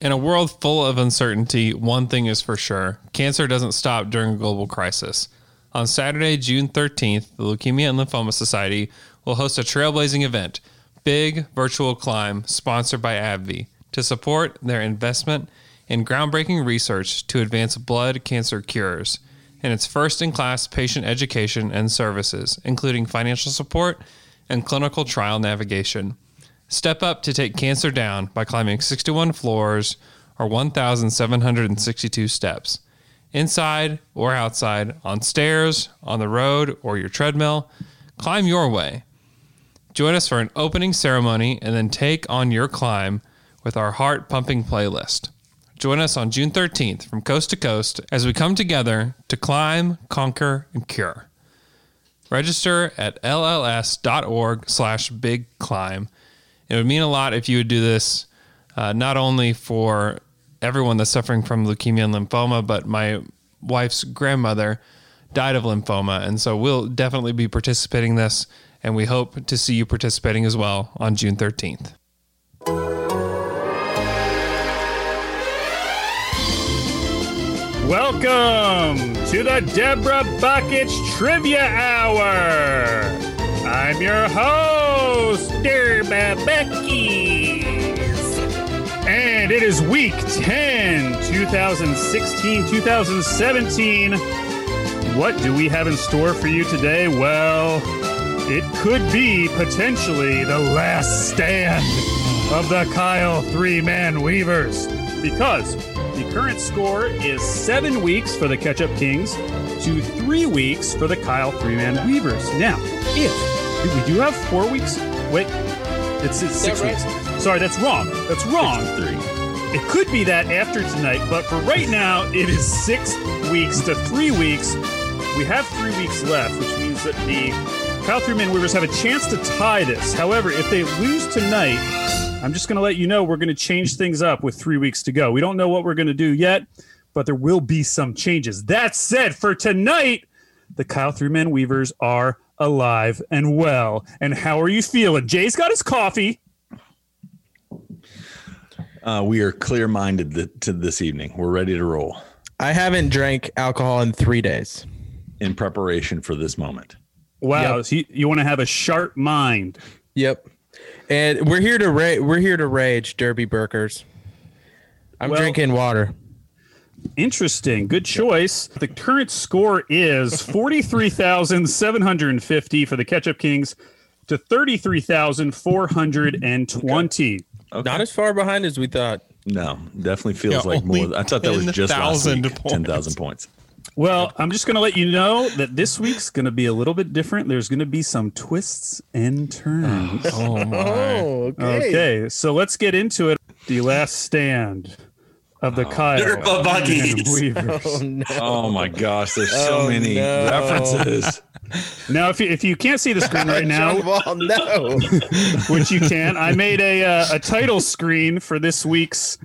In a world full of uncertainty, one thing is for sure cancer doesn't stop during a global crisis. On Saturday, June 13th, the Leukemia and Lymphoma Society will host a trailblazing event, Big Virtual Climb, sponsored by AbbVie, to support their investment in groundbreaking research to advance blood cancer cures and its first in class patient education and services, including financial support and clinical trial navigation. Step up to take cancer down by climbing 61 floors or 1,762 steps. Inside or outside, on stairs, on the road, or your treadmill, climb your way. Join us for an opening ceremony and then take on your climb with our heart pumping playlist. Join us on June 13th from coast to coast as we come together to climb, conquer, and cure. Register at lls.org slash big climb. It would mean a lot if you would do this, uh, not only for everyone that's suffering from leukemia and lymphoma, but my wife's grandmother died of lymphoma. And so we'll definitely be participating in this, and we hope to see you participating as well on June 13th. Welcome to the Deborah Buckets Trivia Hour. I'm your host, Deborah Buckets. And it is week 10, 2016, 2017. What do we have in store for you today? Well, it could be potentially the last stand of the Kyle Three Man Weavers because the current score is seven weeks for the Catch Up Kings to three weeks for the Kyle Three Man Weavers. Now, if we do have four weeks, wait, it's, it's six right? weeks. Sorry, that's wrong. That's wrong. Three. It could be that after tonight, but for right now, it is six weeks to three weeks. We have three weeks left, which means that the Kyle Three Man Weavers have a chance to tie this. However, if they lose tonight, I'm just going to let you know we're going to change things up with three weeks to go. We don't know what we're going to do yet, but there will be some changes. That said, for tonight, the Kyle Three Man Weavers are alive and well. And how are you feeling? Jay's got his coffee. Uh, we are clear minded th- to this evening. We're ready to roll I haven't drank alcohol in three days. in preparation for this moment. Wow, Yep. so you, you want to have a sharp mind. Yep. And we're here to ra- we're here to rage, Derby Burkers. I'm Well- drinking water. Interesting. Good choice. The current score is 43,750 for the Ketchup Kings to 33,420. Not as far behind as we thought. No, definitely feels Yeah, like more. only I thought that was just last 10,000 week. points. Ten thousand points. Well, I'm just going to let you know that this week's going to be a little bit different. There's going to be some twists and turns. Oh, my. okay, so let's get into it. The last stand of the Kyle Derpa and Buckies. Weavers. Oh, no. Oh my gosh, there's so Oh, many no. references. Now, if you, if you can't see the screen right now, Well, no. which you can. I made a uh, a title screen for this week's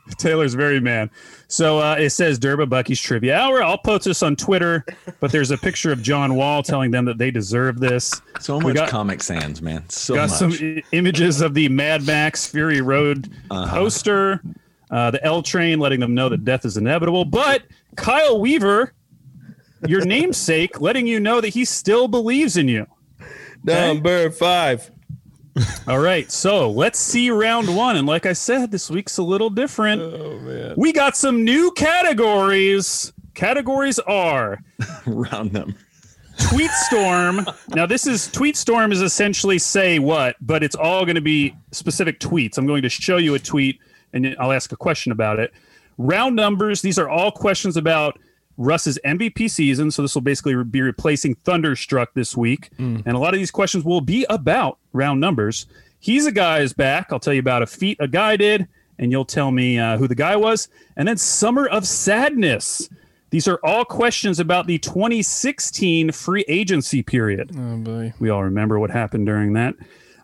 Taylor's Very Man. So uh, it says Derba Bucky's Trivia Hour. I'll post this on Twitter, but there's a picture of John Wall telling them that they deserve this. So We much got- Comic Sans, man. So Got much. some i- images of the Mad Max Fury Road Uh-huh. poster, uh, the L train letting them know that death is inevitable. But Kyle Weaver, your namesake, letting you know that he still believes in you. Number five. All right, so let's see round one. And like I said, this week's a little different. Oh, man. We got some new categories. Categories are Round number. Tweet Storm. now, this is Tweet Storm is essentially say what, but it's all going to be specific tweets. I'm going to show you a tweet and then I'll ask a question about it. Round numbers, these are all questions about Russ's MVP season. So this will basically be replacing Thunderstruck this week. And a lot of these questions will be about round numbers. He's a guy is back. I'll tell you about a feat a guy did, and you'll tell me uh, who the guy was. And then Summer of Sadness. These are all questions about the 2016 free agency period. Oh, boy. We all remember what happened during that.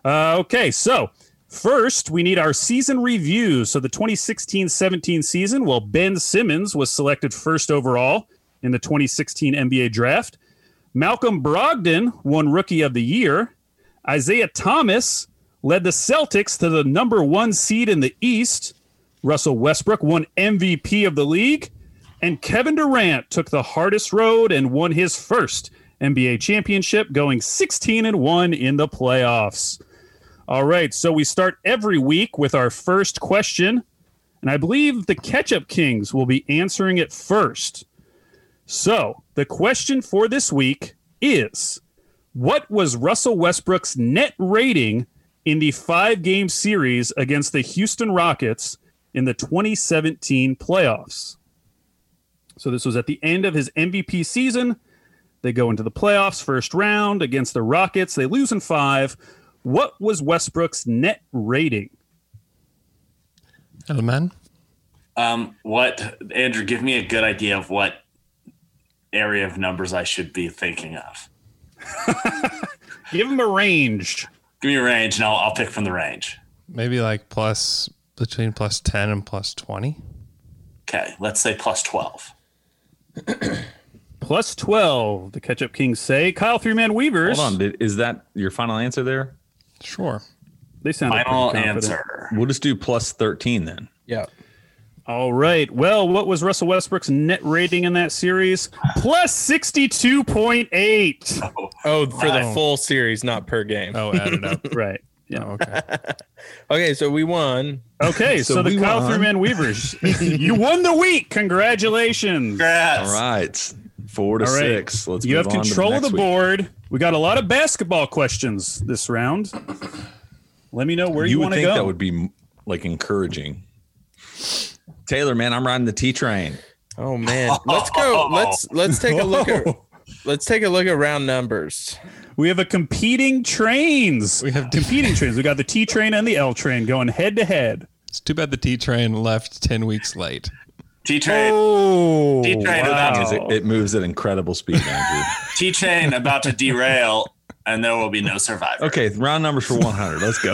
Uh, okay, so first we need our season review. So the 2016 17 season, well, Ben Simmons was selected first overall in the 2016 NBA draft. Malcolm Brogdon won Rookie of the Year. Isaiah Thomas led the Celtics to the number one seed in the East. Russell Westbrook won MVP of the league, and Kevin Durant took the hardest road and won his first NBA championship, going 16 and 1 in the playoffs. All right, so we start every week with our first question, and I believe the Ketchup Kings will be answering it first. So, the question for this week is What was Russell Westbrook's net rating in the five game series against the Houston Rockets in the 2017 playoffs? So, this was at the end of his MVP season. They go into the playoffs first round against the Rockets. They lose in five. What was Westbrook's net rating? Hello, man. Um, what Andrew? Give me a good idea of what area of numbers I should be thinking of. Give him a range. Give me a range, and I'll, I'll pick from the range. Maybe like plus between plus 10 and plus 20. Okay, let's say plus twelve. Plus 12, the Ketchup Kings say. Kyle Three Man Weavers. Hold on. did- Is that your final answer there? Sure. They sound Final answer. We'll just do plus 13 then. Yeah. All right. Well, what was Russell Westbrook's net rating in that series? Plus 62.8. Oh, for the full series, not per game. Oh, added up. Right. Yeah. Oh, okay. Okay, so we won. Okay. so, So the we Kyle won. Three Man Weavers, you won the week. Congratulations. Congrats. All right. Four to All right. six. Let's you move have on to control of next the week. board. We got a lot of basketball questions this round. Let me know where you, you, would want to think go. that would be like encouraging. Taylor, man, I'm riding the T train. Oh man. Let's go. Let's let's take a look at Whoa. let's take a look at round numbers. We have a competing trains. We have- competing trains. We got the T train and the L train going head to head. It's too bad the T train left 10 weeks late. T train. Oh, T train Because about it, it moves at incredible speed, Andrew. T train about to derail, and there will be no survivor. okay, round numbers for 100. Let's go.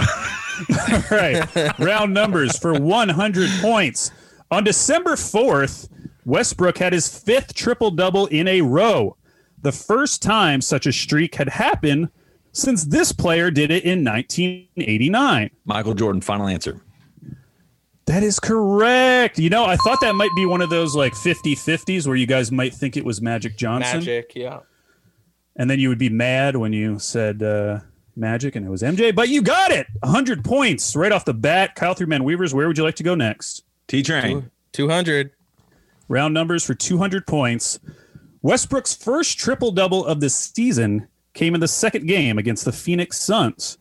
All right. Round numbers for 100 points. On December 4th, Westbrook had his fifth triple double in a row, the first time such a streak had happened since this player did it in 1989. Michael Jordan, final answer. That is correct. You know, I thought that might be one of those like 50 50s where you guys might think it was Magic Johnson. Magic, yeah. And then you would be mad when you said uh, Magic and it was MJ, but you got it. 100 points right off the bat. Kyle Three Man Weavers, where would you like to go next? T train. 200. round numbers for 200 points. Westbrook's first triple double of the season came in the second game against the Phoenix Suns.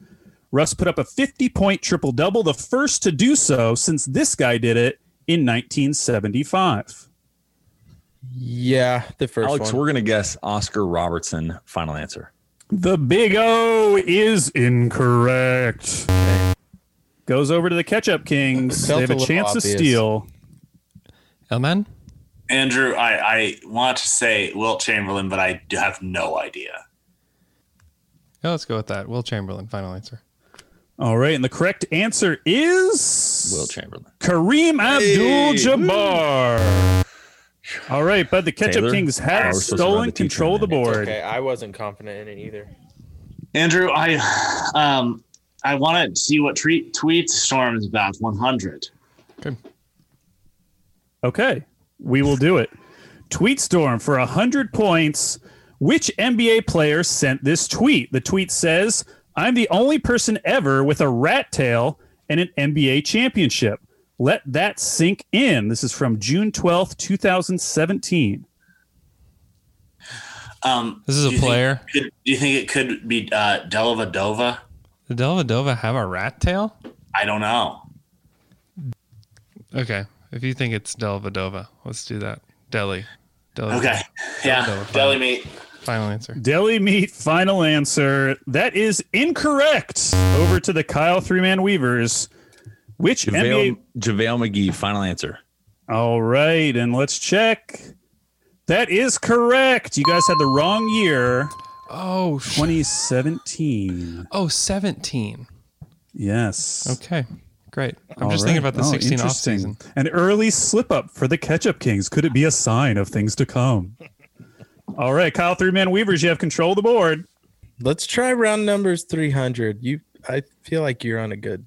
Russ put up a 50 point triple double, the first to do so since this guy did it in 1975. Yeah, the first Alex, one. we're going to guess Oscar Robertson, final answer. The Big O is incorrect. Goes over to the Ketchup Kings. Felt They have a a little chance to obvious. steal. Hello, man. Andrew, I, I want to say Wilt Chamberlain, but I do have no idea. Yeah, let's go with that. Will Chamberlain, final answer. All right, and the correct answer is Will Chamberlain. Kareem Abdul-Jabbar. All right, but the Ketchup Taylor? Kings Oh, have we're supposed to run stolen the teacher control of the in there. board. Okay, I wasn't confident in it either. Andrew, I um I want to see what tweet tweet storms about 100. Okay, we will do it. Tweet storm for 100 points. Which NBA player sent this tweet? The tweet says, I'm the only person ever with a rat tail and an NBA championship. Let that sink in. This is from June 12th, 2017. Um, This is do a you think- player. could- do you think it could be uh, Delavadova? Did Delavadova have a rat tail? I don't know. Okay. If you think it's Delavadova, let's do that. Deli. Deli. Okay, yeah, Delavadova. deli meat. Final answer. Deli meat final answer. That is incorrect. Over to the Kyle three man weavers. Which JaVale, NBA? JaVale McGee, final answer. All right, and let's check. That is correct. You guys had the wrong year, Oh, sh- 2017. oh, 17. Yes. Okay. Great. I'm All just thinking right. about the Oh, 16 off interesting. season. An early slip up for the Ketchup Kings. Could it be a sign of things to come? All right, Kyle three man weavers, you have control of the board. Let's try round numbers 300. You I feel like you're on a good.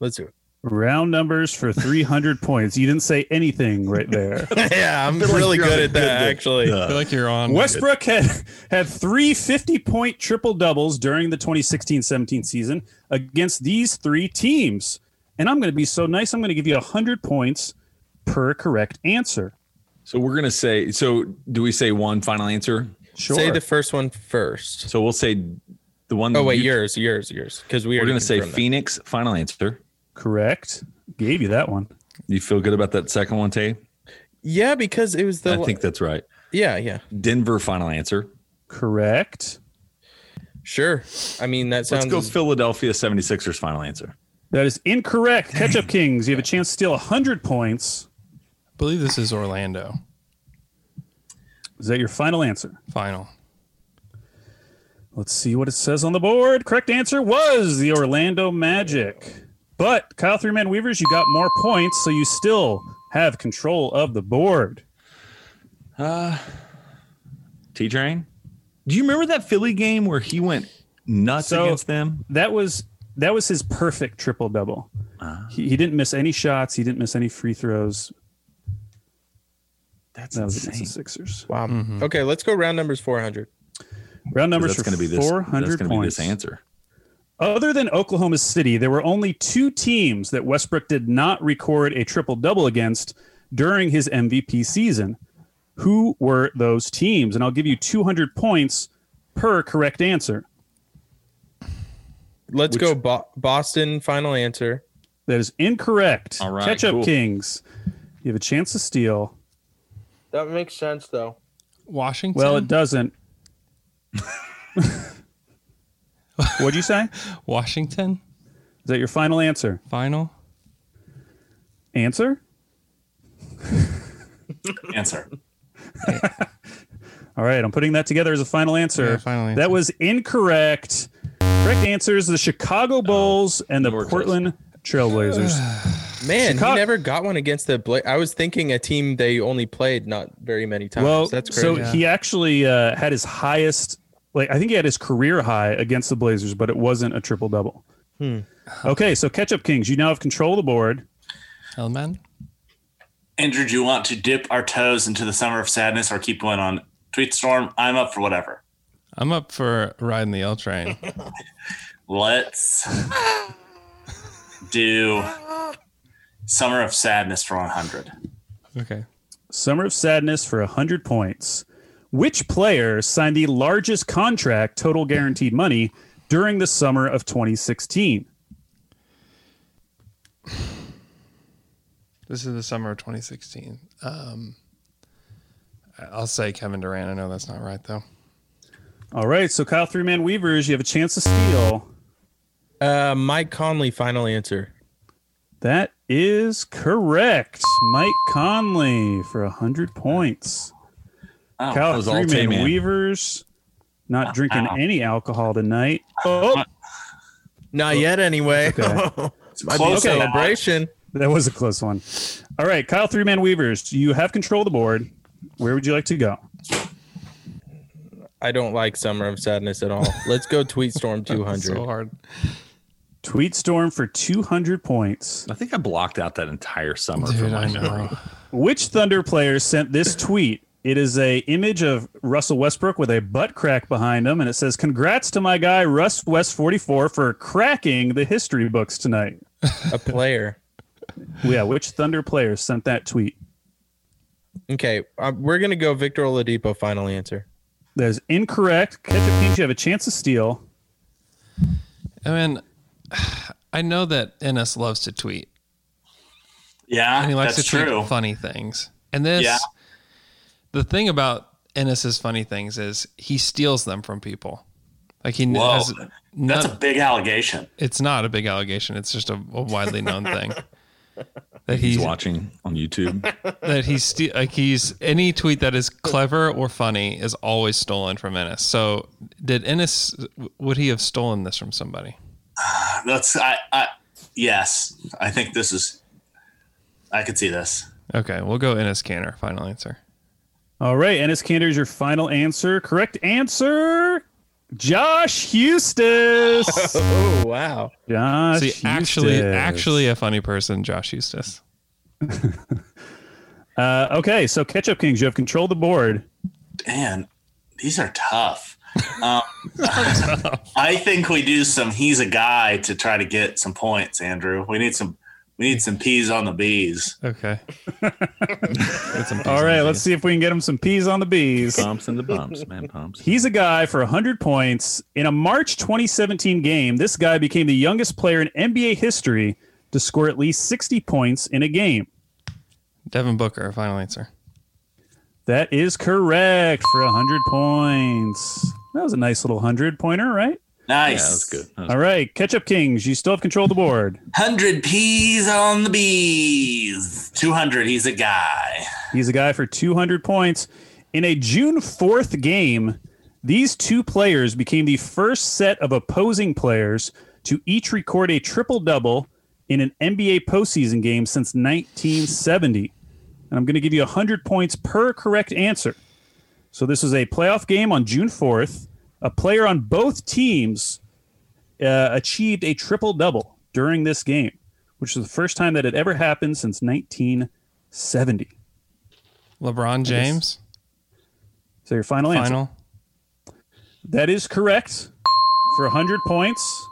Let's do it. Round numbers for 300 points. You didn't say anything right there. yeah, I'm feel like really you're good on a at that good- actually. I feel like you're on. Westbrook had, had three 50 point triple doubles during the 2016 17 season against these three teams. And I'm going to be so nice, I'm going to give you 100 points per correct answer. So we're gonna say. So do we say one final answer? Sure. Say the first one first. So we'll say the one. Oh wait, you- yours, yours, yours. Because we We're already gonna say confirmed that. Phoenix. Final answer. correct. Gave you that one. You feel good about that second one, Tay? Yeah, because it was the. I think that's right. yeah, yeah, Denver. Final answer. Correct. sure. I mean, that sounds. Let's go Philadelphia 76ers. Final answer. That is incorrect. Catch up Kings. You have a chance to steal 100 points. I believe this is Orlando. Is that your final answer? Final. Let's see what it says on the board. Correct answer was the Orlando Magic. But Kyle Three Man Weavers, you got more points, so you still have control of the board. T Train. Do you remember that Philly game where he went nuts So- against them? That was that was his perfect triple double. Ah. He, he didn't miss any shots. He didn't miss any free throws. That's That was against the insane. Sixers. wow. Mm-hmm. Okay, let's go round numbers four hundred. Round numbers That's for going to be this. four That's hundred going to be this points. answer. Other than Oklahoma City, there were only two teams that Westbrook did not record a triple double against during his MVP season. Who were those teams? And I'll give you 200 points per correct answer. Let's go Bo- Boston. Final answer. That is incorrect. All right, Catch up, cool. Kings. You have a chance to steal. That makes sense though. Washington. Well, it doesn't. What'd you say? Is Washington. that your final answer? Final. Answer? Answer. All right, I'm putting that together as a final answer. Yeah, final answer. That was incorrect. Correct answers the Chicago Bulls and the we're close. Portland Trailblazers. Man, Chicago- he never got one against the. Bla- I was thinking a team they only played not very many times. well, That's crazy. so he actually uh, had his highest, like I think he had his career high against the Blazers, but it wasn't a triple double. Okay, so Ketchup Kings, you now have control of the board. Hellman. Andrew, do you want to dip our toes into the summer of sadness or keep going on tweet storm? I'm up for whatever. I'm up for riding the L train. Let's do summer of sadness for 100. okay. Summer of Sadness for 100 points. Which player signed the largest contract, total guaranteed money, during the summer of 2016? This is the summer of 2016. Um, I- I'll say Kevin Durant. I know that's not right though. All right, so Kyle Three Man Weavers, you have a chance to steal. uh, Mike Conley. Final answer. That is correct. Mike Conley for 100 points. Oh, Kyle was all Three Man Tay-Man. Weavers, not drinking Ow. any alcohol tonight. Oh, Not yet, anyway. Might be a Close enough. celebration. that was a close one. All right, Kyle Three Man Weavers, you have control of the board. Where would you like to go? I don't like Summer of Sadness at all. Let's go Tweet Storm 200. So hard. Tweet Storm for 200 points. I think I blocked out that entire summer Dude, from my I memory. know. Which Thunder player sent this tweet? It is a image of Russell Westbrook with a butt crack behind him, and it says, "Congrats to my guy Russ West 44 for cracking the history books tonight." a player. yeah, which Thunder player sent that tweet? Okay, uh, we're gonna go Victor Oladipo. Final answer. That is incorrect. Ketchup Kings, you have a chance to steal. I mean, I know that NS loves to tweet. Yeah, and he likes that's to tweet true. funny things. And this, Yeah. the thing about Ennis's funny things is he steals them from people. Like he Whoa. has no, That's a big allegation. it's not a big allegation. It's just a, a widely known thing that he's, He's watching on YouTube. that he's ste- like he's any tweet that is clever or funny is always stolen from Ennis. So did Ennis would he have stolen this from somebody? That's I, I yes, I think this is I could see this. Okay, we'll go Ennis Canner. Final answer. All right, Ennis Kander is your final answer. Correct answer Josh Hustis. Oh wow. Josh See, actually, Hustis. actually a funny person, Josh Eustace. Uh, okay, so Ketchup Kings, you have controlled the board. Man, these are tough. Um, I think we do some. He's a guy to try to get some points, Andrew. We need some. We need some peas on the bees. Okay. All right, let's see if we can get him some peas on the bees. Pumps and the bumps, man. Pumps. He's a guy for 100 points. In a March 2017 game, this guy became the youngest player in NBA history to score at least 60 points in a game. Devin Booker, final answer. That is correct for 100 points. That was a nice little 100 pointer, right? Nice. Yeah, that's good. That was All right, Ketchup Kings, you still have control of the board. Hundred peas on the bees. Two hundred. He's a guy. He's a guy for 200 points. In a June 4th game, these two players became the first set of opposing players to each record a triple double in an NBA postseason game since 1970. And I'm going to give you 100 points per correct answer. So this was a playoff game on June 4th. A player on both teams uh, achieved a triple double during this game, which is the first time that had ever happened since 1970. LeBron James, So your final, answer. final. That is correct for 100 points.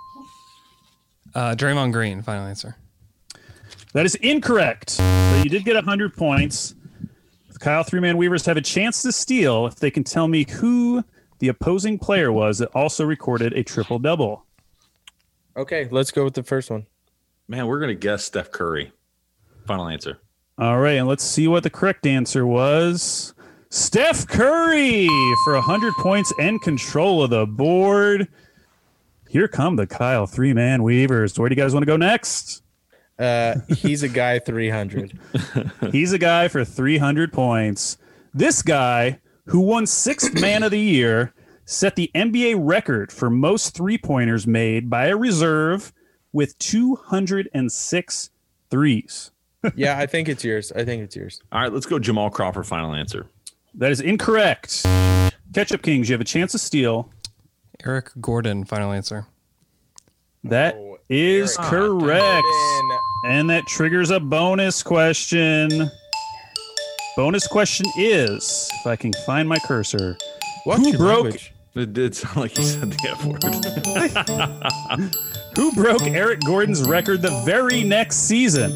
Uh, Draymond Green, final answer. That is incorrect. So you did get 100 points. The Kyle Three Man Weavers have a chance to steal if they can tell me who the opposing player was that also recorded a triple double. Okay, let's go with the first one. Man, we're gonna guess Steph Curry. Final answer. All right, and let's see what the correct answer was. Steph Curry for 100 points and control of the board. Here come the Kyle Three Man Weavers. Where do you guys want to go next? Uh, he's a guy 300. He's a guy for 300 points. This guy, who won sixth man of the year, set the NBA record for most three pointers made by a reserve with 206 threes. Yeah, I think it's yours. I think it's yours. All right, let's go Jamal Cropper. Final answer. That is incorrect. Ketchup Kings, you have a chance to steal. Eric Gordon, final answer. That Oh, is Eric. correct. And that triggers a bonus question. Bonus question is if I can find my cursor. Watch Who your broke- language. It did sound like he said the F word. Who broke Eric Gordon's record the very next season?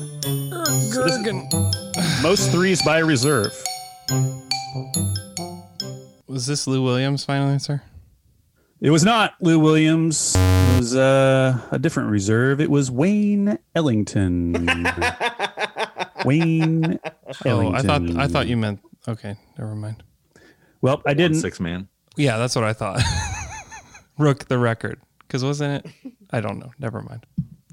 Most threes by reserve. Was this Lou Williams' final answer? It was not Lou Williams. It was uh, a different reserve. It was Wayne Ellington. Wayne Oh, Ellington. I thought I thought you meant. Okay, never mind. Well, I didn't. Six man. Yeah, that's what I thought. Rook the record, because wasn't it? I don't know. Never mind.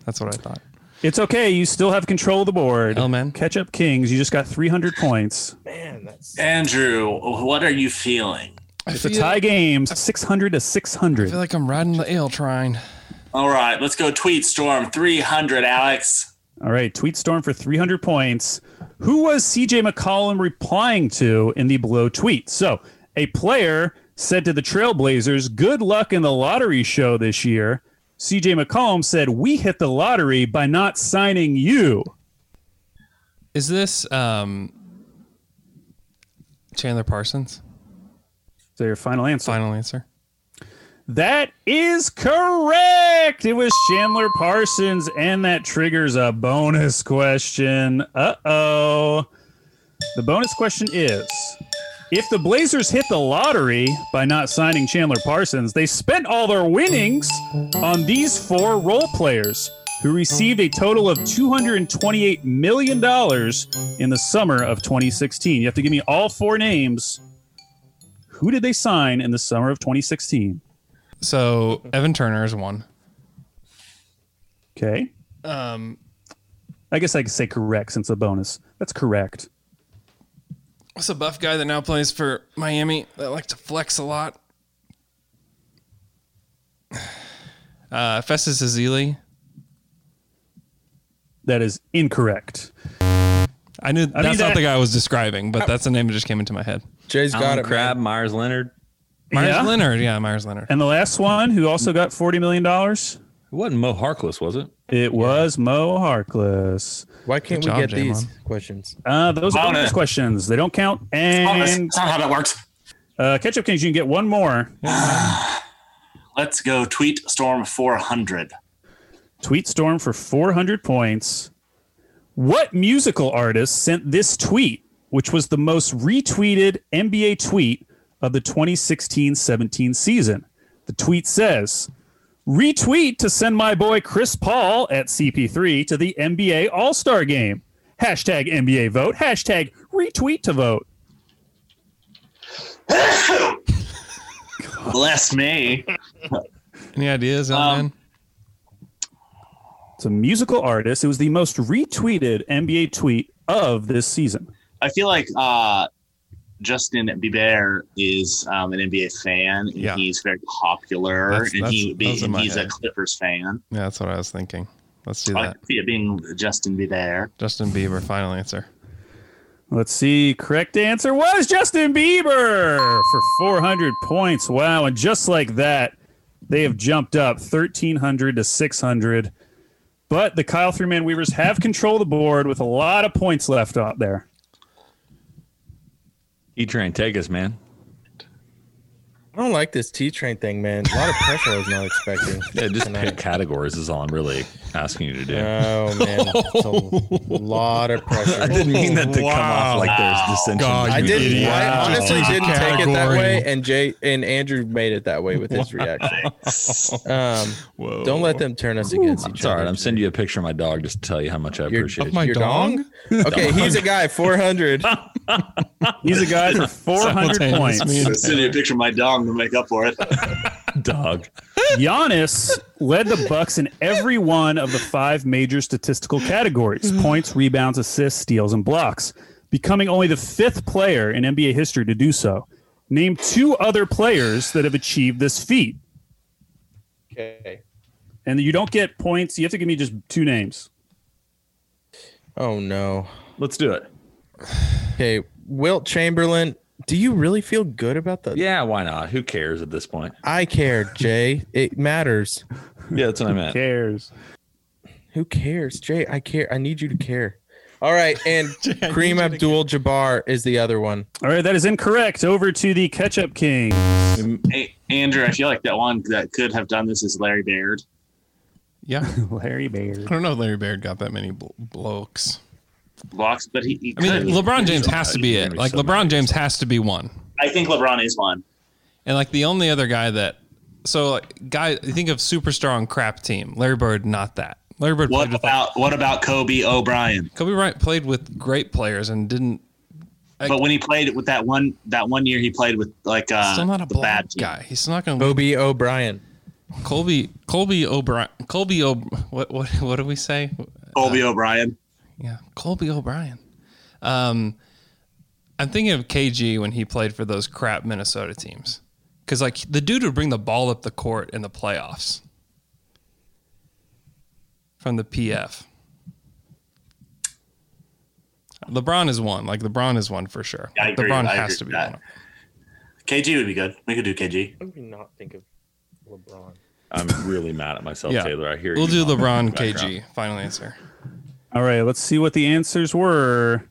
That's what I thought. It's okay. You still have control of the board. Hell, man. Ketchup Kings. You just got 300 points. Man, that's Andrew, what are you feeling? I It's a feel, tie game, 600 to 600. I feel like I'm riding the ale train. All right, let's go. Tweet storm three hundred. Alex. All right, tweet storm for 300 points. Who was CJ McCollum replying to in the below tweet? So, a player said to the Trailblazers, "Good luck in the lottery show this year." CJ McCollum said, "We hit the lottery by not signing you." Is this um Chandler Parsons? So, your final answer. Final answer. That is correct. It was Chandler Parsons, and that triggers a bonus question. Uh oh. The bonus question is If the Blazers hit the lottery by not signing Chandler Parsons, they spent all their winnings on these four role players who received a total of $228 million in the summer of 2016. You have to give me all four names. Who did they sign in the summer of 2016? So Evan Turner is one. Okay. Um, I guess I could say correct since a bonus. That's correct. what's a buff guy that now plays for Miami that likes to flex a lot? Uh, Festus Azili. That is incorrect. I knew that's that- not the guy I was describing, but that's the name that just came into my head. Jay's got Alan it. Crab, man. Myers Leonard. Myers Yeah. Leonard. Yeah, Myers Leonard. And the last one, who also got $40 million, It wasn't Mo Harkless, was it? it was Mo Harkless. Why can't Good we job, get these Jamon. questions? Uh, those are Bonus. bonus questions. They don't count. That's And not how that works. uh, Ketchup Kings, you can get one more. Let's go tweet storm 400. Tweet Storm for 400 points. What musical artist sent this tweet, which was the most retweeted NBA tweet of the 2016 17 season? The tweet says, Retweet to send my boy Chris Paul at CP3 to the NBA All Star game. Hashtag NBA vote. Hashtag retweet to vote. Bless me. Any ideas, Um, man? It's a musical artist. It was the most retweeted NBA tweet of this season. I feel like uh, Justin Bieber is um, an NBA fan. And Yeah. He's very popular, That's- and that's- he would be. those are And my he's a head. Clippers fan. Yeah, that's what I was thinking. Let's do I that. could see it being Justin Bieber. Justin Bieber, final answer. Let's see. Correct answer was Justin Bieber for 400 points. Wow. And just like that, they have jumped up 1,300 to 600. But the Kyle Three Man Weavers have control of the board with a lot of points left out there. E Train, take us, man. I don't like this T train thing, man. A lot of pressure I was not expecting. Yeah, just pick tonight. categories is all I'm really asking you to do. Oh man, it's a lot of I pressure. didn't mean that to come off like there's dissension. God, between I you didn't. two. I honestly didn't take it that Category. way, and Jay and Andrew made it that way with his reaction. Um, Whoa. don't let them turn us against each It's all other. right. I'm sending you a picture of my dog just to tell you how much I Your- appreciate my you. Your dong? Okay, he's a guy. Four hundred. He's a guy for 400 Simultaneous points. meeting. I'm sending you a picture of my dog to make up for it. dog. Giannis led the Bucks in every one of the five major statistical categories: points, rebounds, assists, steals, and blocks, becoming only the fifth player in NBA history to do so. Name two other players that have achieved this feat, Okay. and you don't get points. You have to give me just two names. Oh no. Let's do it. Okay, Wilt Chamberlain. Do you really feel good about that? Yeah, why not? Who cares at this point? I care, Jay. It matters. Yeah, that's what I meant. Cares. Who cares, Jay? I care. I need you to care. All right, and Kareem Abdul-Jabbar is the other one. All right, that is incorrect. Over to the Ketchup King. Hey, Andrew, I feel like that one that could have done this is Larry Baird. Yeah. Larry Baird. I don't know if Larry Baird got that many bl- blokes. Blocks, but he, he I mean, could. LeBron James has to be it. Maybe Like, somebody LeBron James has to be one. I think LeBron is one. And, like, the only other guy that, so, like, guy, think of superstar on crap team. Larry Bird, not that. Larry Bird played What with, like, about what about Kobe O'Brien? Kobe Bryant played with great players and didn't, But when he played with that one that one year, he played with like uh, still not a the bad bad team. guy. He's not going to Bobby O'Brien. Colby Colby O'Brien Colby O what what what do we say? Kobe O'Brien. Yeah, Colby O'Brien. Um, I'm thinking of KG when he played for those crap Minnesota teams because like the dude would bring the ball up the court in the playoffs from the PF. LeBron is one. Like LeBron is one for sure. I Like, agree. LeBron I has agree to be with that. one. KG would be good. We could do KG. How do we not think of LeBron? I'm really mad at myself, Yeah. Taylor. I hear We'll you do moaning in LeBron the background. KG. Final answer. All right, let's see what the answers were.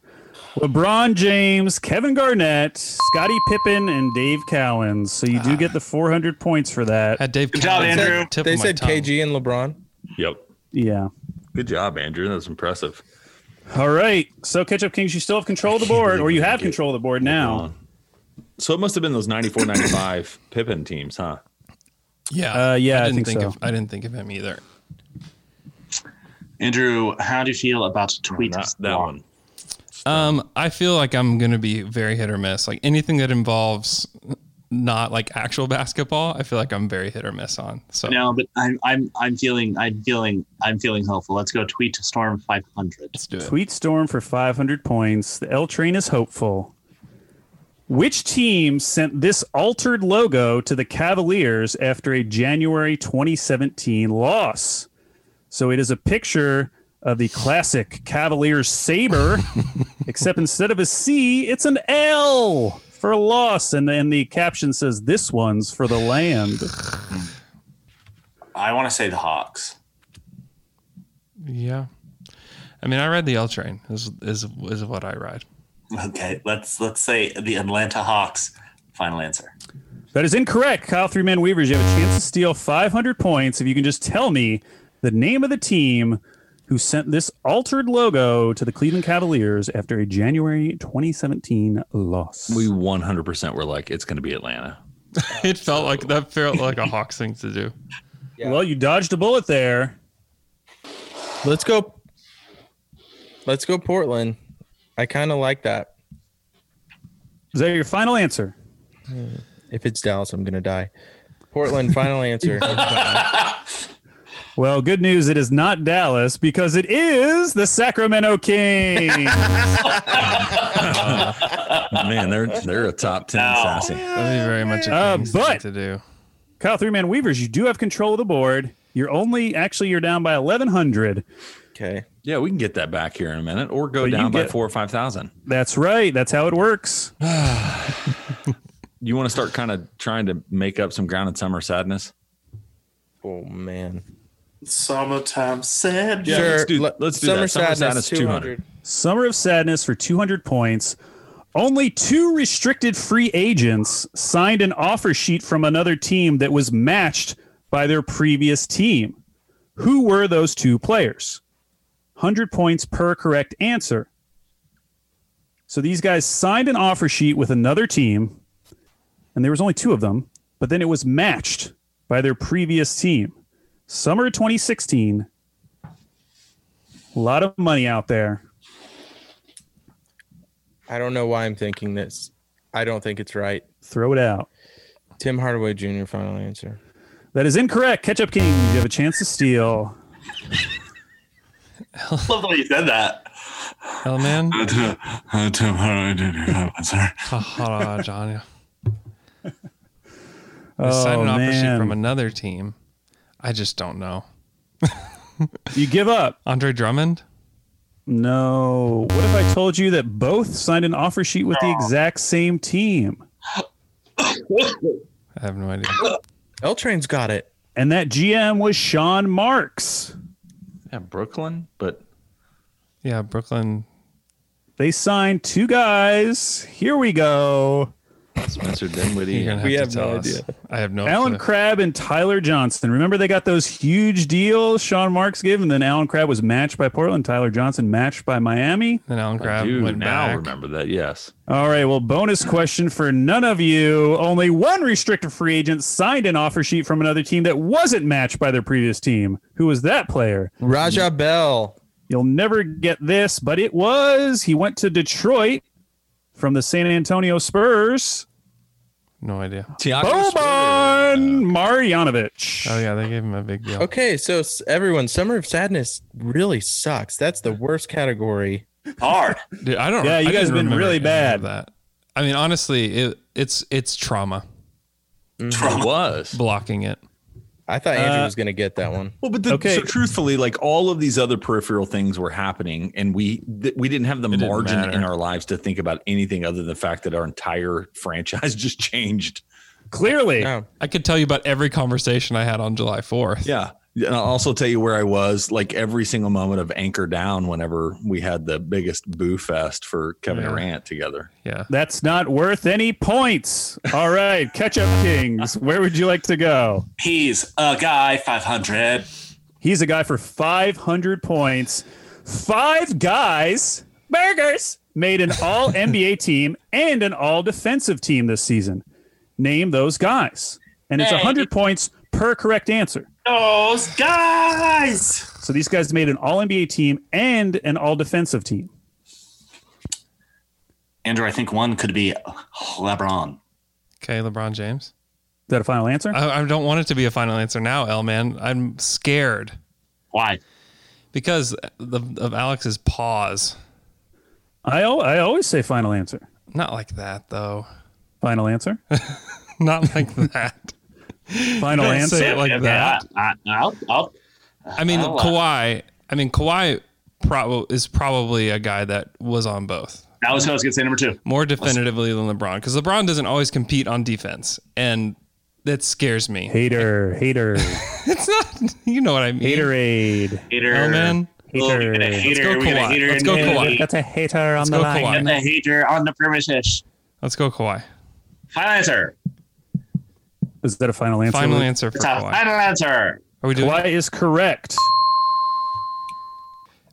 LeBron James, Kevin Garnett, Scottie Pippen, and Dave Cowens. So you do get the 400 points for that. Had Dave. Good job, Cowens at the Andrew. tip they of my said tongue. KG and LeBron. Yep. Yeah. Good job, Andrew. That's impressive. All right. So Ketchup Kings, you still have control of the board, or you have control of the board now. So it must have been those 94, 95 Pippin teams, huh? Yeah. Uh, yeah, I didn't think so. of I didn't think of him either. Andrew, how do you feel about tweet Not that storm? one. Um, I feel like I'm gonna be very hit or miss. Like anything that involves not like actual basketball, I feel like I'm very hit or miss on. So No, but I'm I'm I'm feeling I'm feeling I'm feeling hopeful. Let's go tweet storm 500. let's do it. Tweet Storm for 500 points. The L train is hopeful. Which team sent this altered logo to the Cavaliers after a January 2017 loss? So it is a picture of the classic Cavaliers saber, except instead of a C, it's an L. for loss, and then the caption says, "This one's for the land." I want to say the Hawks. Yeah. I mean, I ride the L train. Is is is what I ride. Okay, let's let's say the Atlanta Hawks. Final answer. That is incorrect, Kyle. Three man Weavers. You have a chance to steal 500 points if you can just tell me the name of the team who sent this altered logo to the Cleveland Cavaliers after a January 2017 loss. We 100% were like, it's going to be Atlanta. It felt like that felt like a Hawks thing to do. Well, you dodged a bullet there. Let's go. Let's go Portland. I kind of like that. Is that your final answer? If it's Dallas, I'm gonna die. Portland, final answer. Well, good news. It is not Dallas because it is the Sacramento Kings. Man, they're they're a top 10 No. sassy. That'd be very much a Uh, Kings thing but- to do. Kyle, three man Weavers, you do have control of the board. You're only actually you're down by 1100. okay. Yeah, we can get that back here in a minute or go But you down by get- four or 5,000. That's right. That's how it works. You want to start kind of trying to make up some ground in summer sadness? Oh man. Summertime said. Yeah, let's do- let- let's do summer that. Summer sadness, sadness, 200. Summer of Sadness for 200 points. Only two restricted free agents signed an offer sheet from another team that was matched by their previous team. Who were those two players? 100 points per correct answer. So these guys signed an offer sheet with another team, and there was only two of them, but then it was matched by their previous team. Summer 2016. A lot of money out there. I don't know why I'm thinking this. I don't think it's right. Throw it out. Tim Hardaway Jr. Final answer. That is incorrect. Ketchup King, you have a chance to steal. I love the way you said that. Hell, man. Sorry. Oh, hold on, Johnny. They signed Oh an offer sheet man, from another team. I just don't know. you give up? Andre Drummond? No. What if I told you that both signed an offer sheet with the exact same team, I have no idea. L Train's got it. and that GM was Sean Marks? Yeah, Brooklyn, but Yeah, Brooklyn. They signed two guys. Here we go: Spencer You're Dinwiddie. gonna have We to have tell no us. idea. I have no Alan clue. Crabb and Tyler Johnson. Remember, they got those huge deals Sean Marks gave, and then Alan Crabb was matched by Portland. Tyler Johnson matched by Miami. Then Alan I Crabb do went now back. remember that. Yes. All right. Well, bonus question for none of you. Only one restricted free agent signed an offer sheet from another team that wasn't matched by their previous team. Who was that player? Raja Mm. Bell. You'll never get this, but it was. He went to Detroit from the San Antonio Spurs. No idea. Boban Marjanovic. Oh yeah, they gave him a big deal. Okay, so s- everyone, Summer of Sadness really sucks. That's the worst category. Hard. Dude, I don't. Yeah, you I guys didn't have been remember really any of bad. That. I mean, honestly, it, it's it's trauma It was. blocking it. I thought Andrew Uh, was gonna get that one. Well, but the, Okay. so truthfully, like all of these other peripheral things were happening, and we th- we didn't have the didn't margin in matter. our lives to think about anything other than the fact that our entire franchise just changed. Clearly. No, I could tell you about every conversation I had on July fourth. Yeah. And I'll also tell you where I was, like every single moment of anchor down whenever we had the biggest boo fest for Kevin Yeah. Durant together. Yeah. That's not worth any points. All right. Ketchup Kings, where would you like to go? He's a guy 500. He's a guy for 500 points. Five guys, burgers, made an all NBA team and an all defensive team this season. Name those guys. And it's 100 points per correct answer. Those guys. So these guys made an all NBA team and an all defensive team. Andrew, I think one could be LeBron. Okay, LeBron James. Is that a final answer? I, I don't want it to be a final answer now, L man. I'm scared Why? because of, of Alex's pause. I, al- I always say final answer. Not like that though. Final answer. Not like that. Final Don't answer. say it like Okay, that. I, I, I'll, I'll, I mean, I'll, uh, Kawhi. I mean, Kawhi prob- is probably a guy that was on both That was who I was going to say number two. more definitively than LeBron because LeBron doesn't always compete on defense, and that scares me. Hater, hater, It's not, you know what I mean? haterade. Hater. Oh man, Oh, we got a Hater. hater. Let's go we got a Kawhi. hater. Let's in go the- Kawhi. That's a hater on Let's the go Kawhi. line. Got a hater on the premises. let's go Kawhi. Final answer. Is that a final answer? Final Luke? answer for It's a Kawhi. final answer. Are we doing? Kawhi is correct.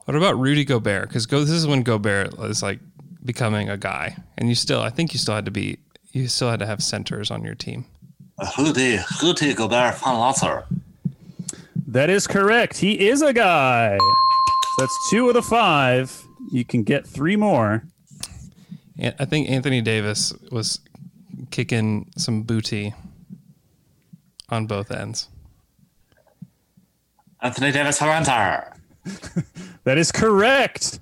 What about Rudy Gobert? Because go, this is when Gobert is like becoming a guy, and you still, I think you still had to be, you still had to have centers on your team. Rudy, Rudy Gobert, final answer. That is correct. He is a guy. That's two of the five. You can get three more. An- I think Anthony Davis was kicking some booty on both ends. Anthony Davis, final answer. That is correct.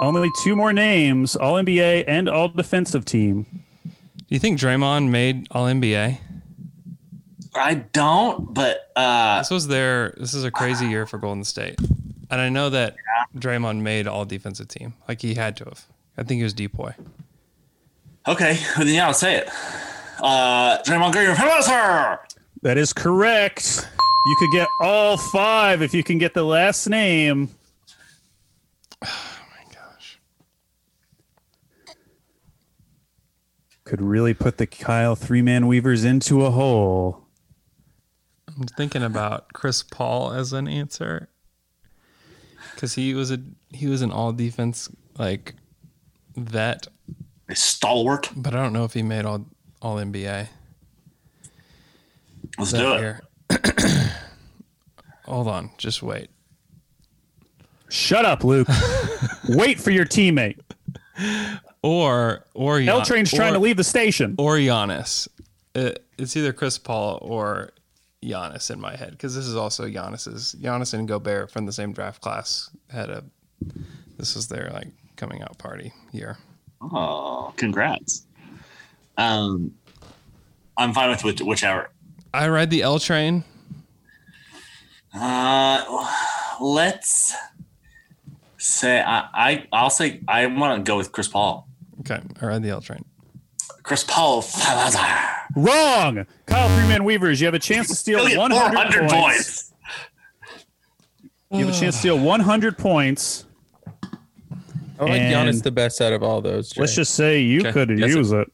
Only two more names, all NBA and all defensive team. Do you think Draymond made All NBA? I don't, but uh, This was their. This is a crazy year for Golden State, and I know that Draymond made All Defensive Team. Like he had to have. I think he was depoy. okay. Well, then yeah, I'll say it. Uh, Draymond Green, final answer. That is correct. You could get all five if you can get the last name. Oh Gosh, Could really put the Kyle three man weavers into a hole. I'm thinking about Chris Paul as an answer because he was a he was an All Defense like vet, A Stalwart. but I don't know if he made All All NBA Let's that do it. year. Hold on, just wait. Shut up, Luke. Wait for your teammate. Or or L Gian- Train's trying or- to leave the station. or Giannis. Uh, It's either Chris Paul or Giannis in my head because this is also Giannis's. Giannis and Gobert from the same draft class had a. This is their like coming out party year. Oh, congrats. Um, I'm fine with which, whichever. I ride the L train. Uh, let's say I, I I'll say I want to go with Chris Paul. Okay, I ride the L train. Chris Paul, final answer. Wrong. Kyle three man weavers. You have a chance to steal You'll get 100, 400 points. points. You have a chance to steal 100 points. Oh. I like And- Giannis the best out of all those. Jay. Let's just say you Okay. could Yes, use it.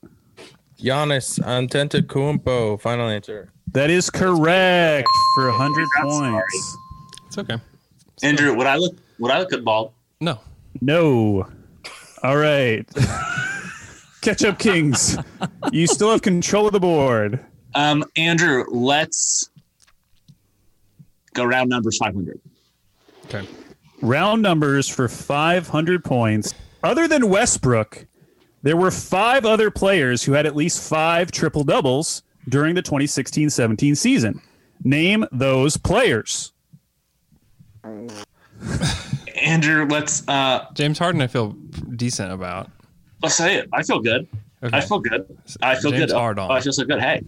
Giannis Antetokounmpo. Final answer. That is correct for 100 I'm sorry. points. It's okay. Andrew, would I look would I look good bald? No, No. All right. Catch up, Kings. You still have control of the board. Um, Andrew, let's go round numbers 500. okay. Round numbers for 500 points. Other than Westbrook, there were five other players who had at least five triple doubles during the 2016 17 season. Name those players. Andrew, let's uh James Harden, I feel decent about. let's say it. I feel good. Okay. I feel good. I feel James good. Harden. Oh, I feel so good. Hey,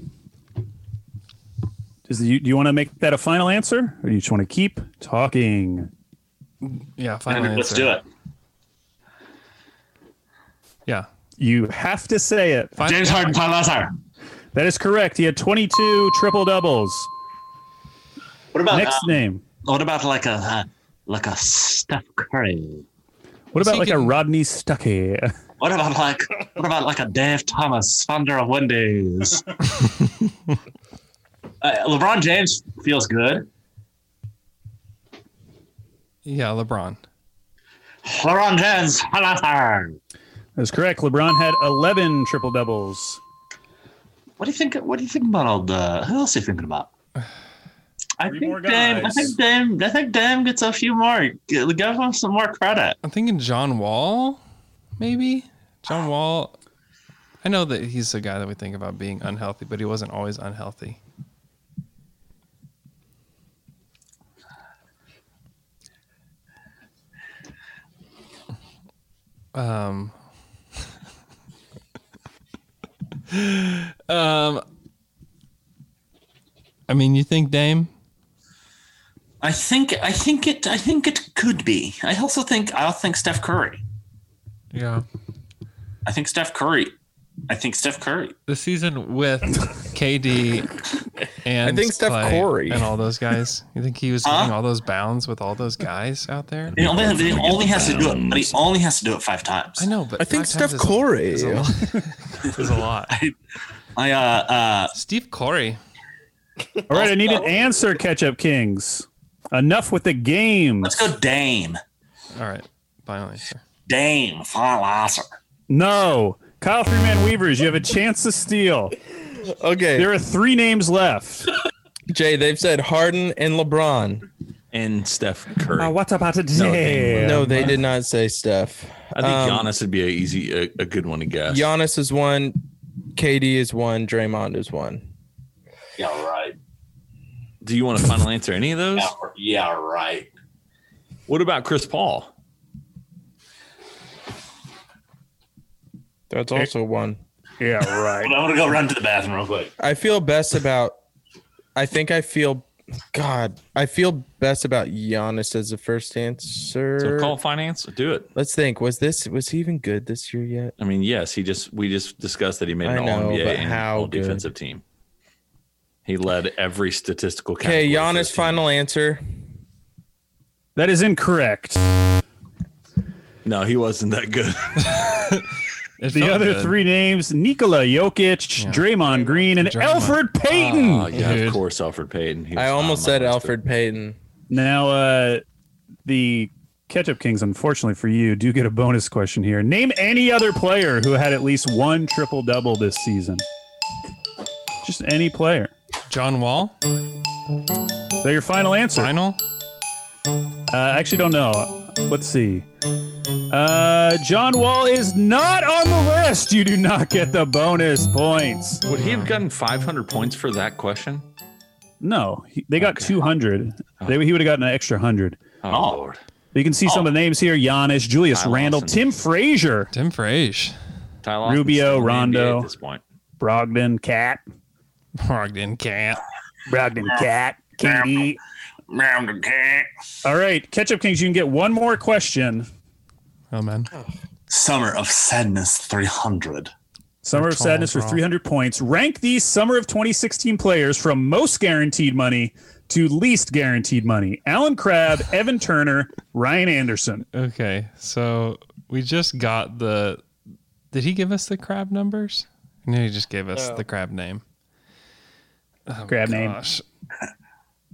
Is you, do you want to make that a final answer, or do you just want to keep talking? yeah, final Andrew, let's answer. do it. Yeah, You have to say it. Fin- James Harden, final answer. That is correct. He had 22 triple doubles. What about Next uh, name. what about like a uh, like a Steph Curry? What about he like a can- Rodney Stuckey? What about like what about like a Dave Thomas, founder of Wendy's? uh, LeBron James feels good. Yeah, LeBron. LeBron James, final answer. That's correct. LeBron had 11 triple doubles. What do you think? What do you think about old? Uh, who else are you thinking about? I Three more think Dame. I guys. think Dame. I think Dame gets a few more. Give him some more credit. I'm thinking John Wall, maybe. John Wall. I know that he's the guy that we think about being unhealthy, but he wasn't always unhealthy. Um. um. I mean, you think Dame? I think. I think it. I think it could be. I also think. I also think Steph Curry. Yeah. I think Steph Curry. I think Steph Curry. The season with KD and I think Steph Clay Curry. and all those guys. You think he was Huh? hitting all those bounds with all those guys out there? He only, he only has to do it, but he only has to do it five times. I know, but I think five times Steph is- Curry. is a lot. is a lot. I uh, uh, Steve Corey. All right, I need an answer, Ketchup Kings. Enough with the games. let's go Dame. All right, final answer. Dame Philosopher. No. Kyle Freeman Weavers, you have a chance to steal. Okay, There are three names left. Jay, they've said Harden and LeBron. and Steph Curry. Uh, what about it? No, they did not say Steph. I think Um, Giannis would be a easy, a, a good one to guess. Giannis is one, KD is one, Draymond is one. Yeah, right. Do you want to final answer any of those? Yeah, yeah, right. What about Chris Paul? That's also one. Yeah, But right. I'm gonna go run to the bathroom real quick. I feel best about. I think I feel. God, I feel best about Giannis as the first answer. So call finance, do it. Let's think. Was this was he even good this year yet? I mean, yes, he just we just discussed that he made I an know, All NBA but and how All good? Defensive Team. He led every statistical. Okay, category for Giannis. his team. Final answer. That is incorrect. No, he wasn't that good. It The felt other good. three names Nikola Jokic, Yeah. Draymond Green, and Draymond. Ah, Alfred Payton. oh, yeah, Dude. of course, Alfred Payton. He was I not on almost my said list, Alfred Payton. Now, uh, the Ketchup Kings, unfortunately for you, do get a bonus question here. Name any other player who had at least one triple double this season. Just any player. John Wall. Is that your final answer? Uh, Final. I actually don't know. Let's see. Uh, John Wall is not on the list. You do not get the bonus points. but- Would he have gotten 500 points for that question? No, he, they got 200. They, he would have gotten an extra 100. Oh, Oh. Lord. But you can see some of the names here Giannis, Julius Kyle Randle, Lawson. Tim Frazier, Tim Frage. Ty Lawson's Rubio, still in the Rondo. NBA At this point, Brogdon, Cat, Brogdon can't. Brogdon, Cat, KD. Round the cat. All right, Ketchup Kings, you can get one more question. Oh man. Summer of Sadness 300. Summer of Tall Sadness for Brawl. 300 points. Rank these Summer of 2016 players from most guaranteed money to least guaranteed money. Alan Crabb, Evan Turner, Ryan Anderson. Okay, so we just got the. Did he give us the crab numbers? No, he just gave us the crab name. Oh, Crab name. Gosh.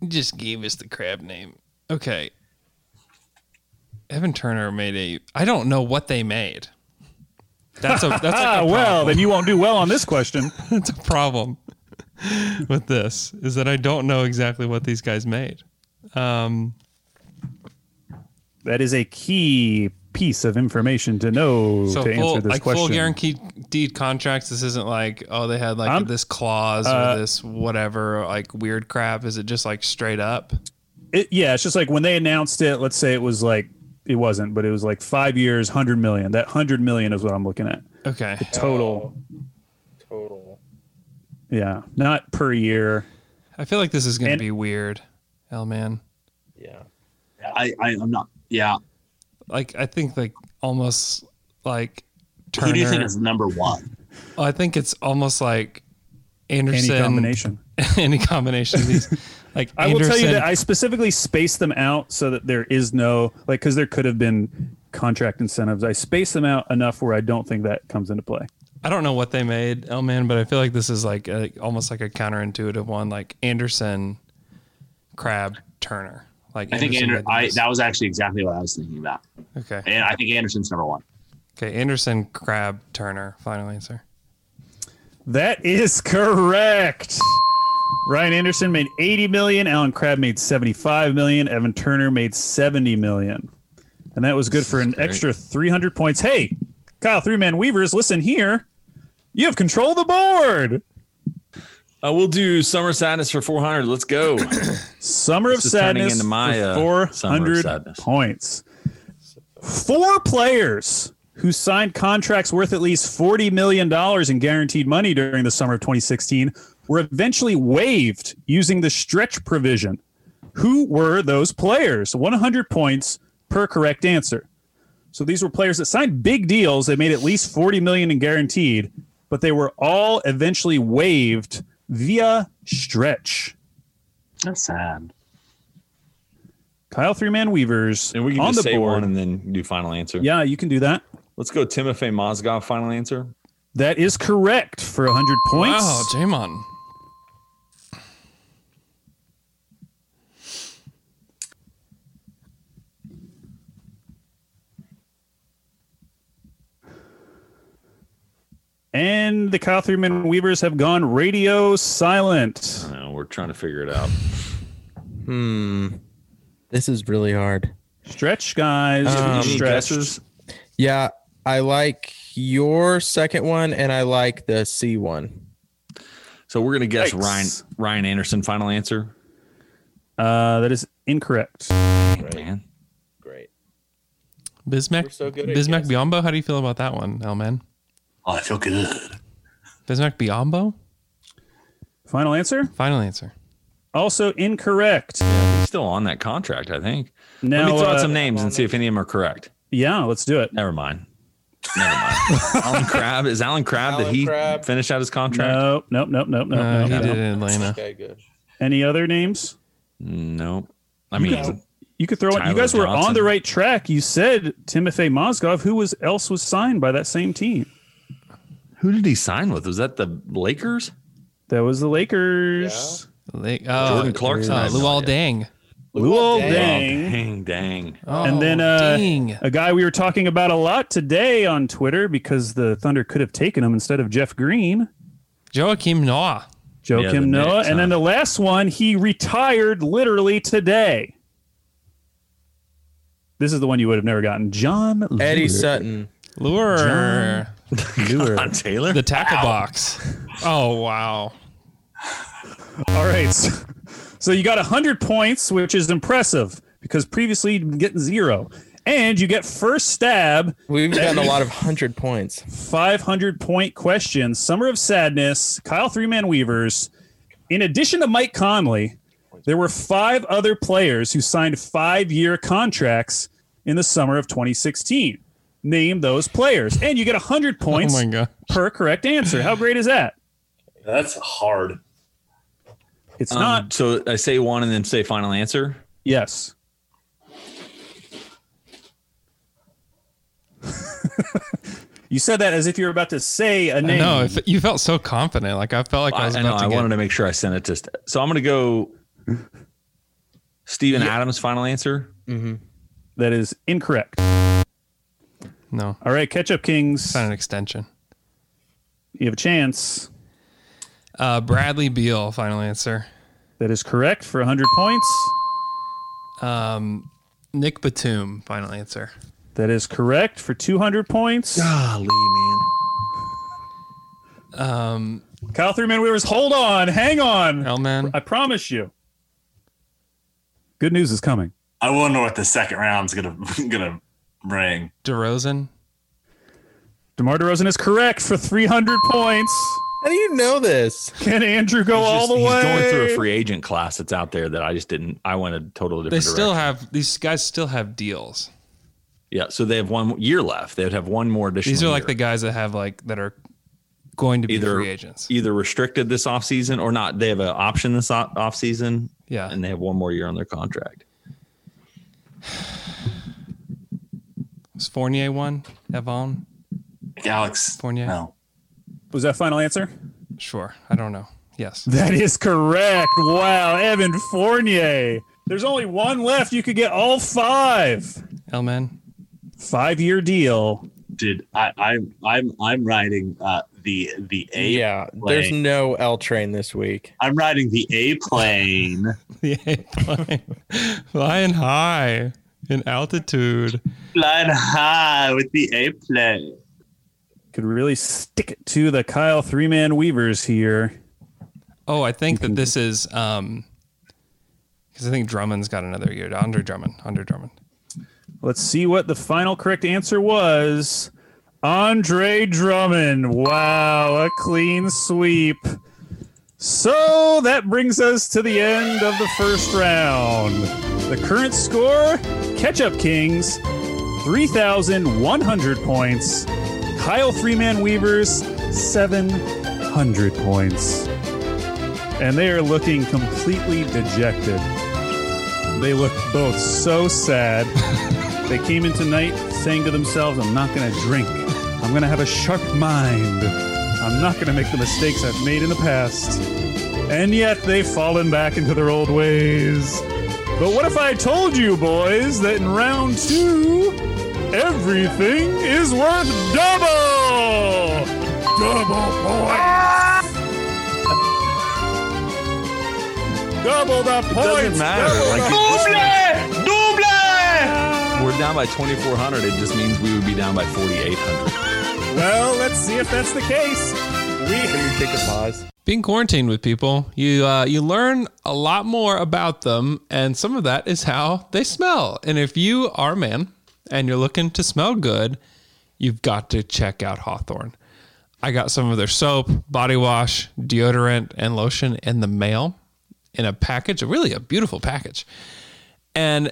He just gave us the crab name. Okay. Evan Turner made a. I don't know what they made. That's a that's like Ah, a well, problem. then you won't do well on this question. that's a problem with this is that I don't know exactly what these guys made. Um, That is a key piece of information to know so to full answer this like question. full guaranteed contracts. This isn't like oh they had like I'm- this clause uh, or this whatever like weird crap. Is it just like straight up? It- yeah, it's just like when they announced it, let's say it was like, it wasn't, but it was like five years, 100 million. That 100 million is what I'm looking at. Okay, Total. Total. Yeah, not per year. I feel like this is gonna And- be weird. Hell man, Yeah. I, I, I'm not. Yeah. like I think like almost like Turner. Who do you think is number one? I think it's almost like Any Anderson. combination. any combination of these. Like I will Anderson, tell you that I specifically spaced them out so that there is no like because there could have been contract incentives. I spaced them out enough where I don't think that comes into play. I don't know what they made, oh man, but I feel like this is like a, almost like a counterintuitive one, like Anderson, Crab, Turner. Like I think Andrew, made I, those. that was actually exactly what I was thinking about. okay, And I think Anderson's number one. okay, Anderson, Crab, Turner. Final answer. That is correct. Ryan Anderson made 80 million, Alan Crabb made 75 million, Evan Turner made 70 million. And that was good for an extra 300 points. Hey, Kyle Three Man Weavers, listen here. You have control of the board. uh, we'll do Summer Sadness for 400. Let's go. Summer of This is turning Sadness into my, uh, for Summer of 400 Sadness. points. Four players who signed contracts worth at least $40 million in guaranteed money during the summer of 2016 were eventually waived using the stretch provision. Who were those players? 100 points per correct answer. So these were players that signed big deals. They made at least 40 million in guaranteed, but they were all eventually waived via stretch. That's sad. Kyle Three Man Weavers And we can on just the say board. one and then do final answer. yeah, you can do that. Let's go Timofey Mozgov final answer. That is correct for 100 points. Wow, Jamon. and the Kyle Three Man Weavers have gone radio silent. No, we're trying to figure it out. Hmm. This is really hard. Stretch, guys. Um, Any stretch. guesses? Yeah, I like your second one and I like the C one. So we're gonna guess Yikes. Ryan Ryan Anderson final answer. Uh, that is incorrect. Man. Great. We're Bismack so good at Bismack guessing. Biombo, how do you feel about that one, Elman? Oh, I feel good. Bismack Biombo? Final answer? Final answer. Also incorrect. He's still on that contract, I think. Now, Let me throw uh, out some names and see if any of them are correct. Yeah, let's do it. Never mind. Never mind. Alan Crab is Alan Crab Alan that he Crabb. finished out his contract? Nope, nope, nope, nope, nope. Uh, nope, he nope. did it in Atlanta. Okay, good. Any other names? No. I mean, You could throw it. You Tyler guys were on Johnson. the right track. You said Timofey Mozgov, who was else was signed by that same team. who did he sign with? Was that the Lakers? That was the Lakers. Like, oh, Jordan Clarkson, I Uh, have no Luol idea. Dang. Luol Oh, Deng, dang, dang. Oh, And then, uh, dang. a guy we were talking about a lot today on Twitter because the Thunder could have taken him instead of Jeff Green. Joachim Noah. Joakim the Noah. Knicks, and then huh? the last one, he retired literally today. This is the one you would have never gotten. John Eddie Lue- Sutton. Lure. Lue. Don Taylor? The tackle box. Oh, wow. All right. So, so you got 100 points, which is impressive because previously you'd been getting zero. And you get first stab We've gotten a lot of hundred points. 500 point question Summer of Sadness, Kyle Three Man Weavers. In addition to Mike Conley, there were five other players who signed five year contracts in the summer of 2016. Name those players, and you get 100 points Oh, my God. per correct answer. How great is that? That's hard. It's Um, not, so I say one and then say final answer. yes. you said that as if you were about to say a I name. know. If, you felt so confident. Like, I felt like I I, was I about know. to I get wanted to make sure I sent it to. St- so I'm going to go. Steven Adams' final answer. that is incorrect. No. All right, Ketchup Kings. Sign an extension. You have a chance. Uh, Bradley Beal, final answer. That is correct for 100 points. Um, Nick Batum, final answer. That is correct for 200 points. Golly, man. Um, Kyle Three Man Weavers, hold on. Hang on. Elman. I promise you. Good news is coming. I wonder what the second round's gonna gonna bring. DeRozan. DeMar DeRozan is correct for 300 points. How do you know this? Can Andrew go He's all just- the way? He's going through a free agent class that's out there that I just didn't. I went a totally different. They still direction. have, these guys still have deals. yeah. So they have one year left. They'd have one more additional. These are like the year. guys that have, like, that are going to be Either- e- free agents. either restricted this offseason or not. They have an option this o- offseason. Yeah. and they have one more year on their contract. Was Fournier one? Evon? Alex. Fournier? No. Was that final answer? Sure. I don't know. Yes. That is correct. Wow, Evan Fournier. There's only one left. You could get all five. Elman. Five year deal. Dude, I, I'm I'm I'm riding uh, the the A Yeah, there's plane. no L train this week. I'm riding the A plane. Yeah, flying, flying high in altitude. flying high with the A plane. Could really stick it to the Kyle Three Man Weavers here. Oh, I think that this is um because I think Drummond's got another year. Andre Drummond. Andre Drummond. Let's see what the final correct answer was. Andre Drummond. Wow, a clean sweep. So that brings us to the end of the first round. The current score Ketchup Kings 3,100 points. Kyle Three Man Weavers, 700 points. And they are looking completely dejected. They look both so sad. they came in tonight saying to themselves, I'm not going to drink. I'm going to have a sharp mind. I'm not going to make the mistakes I've made in the past. And yet they've fallen back into their old ways. But what if I told you, boys, that in round two, everything is worth double! Double points! Double the Doesn't points! matter. double Like the- Double! Double! we're down by 2,400. It just means we would be down by 4,800. well, let's see if that's the case. We Take a pause. Being quarantined with people, you uh, you learn a lot more about them, and some of that is how they smell. And if you are a man and you're looking to smell good, you've got to check out Hawthorne. I got some of their soap, body wash, deodorant, and lotion in the mail in a package, really a beautiful package. And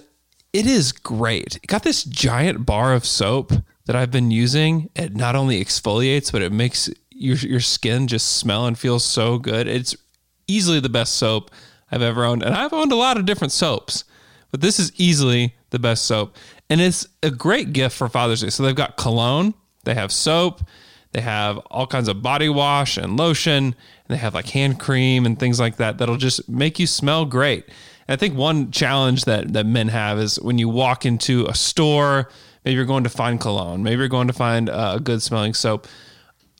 it is great. It got this giant bar of soap that I've been using. It not only exfoliates, but it makes your your skin just smell and feel so good. It's easily the best soap I've ever owned. And I've owned a lot of different soaps, but this is easily the best soap. And it's a great gift for Father's Day. So they've got cologne, they have soap, they have all kinds of body wash and lotion, and they have like hand cream and things like that that'll just make you smell great. And I think one challenge that that men have is when you walk into a store, maybe you're going to find cologne, maybe you're going to find uh, a good smelling soap.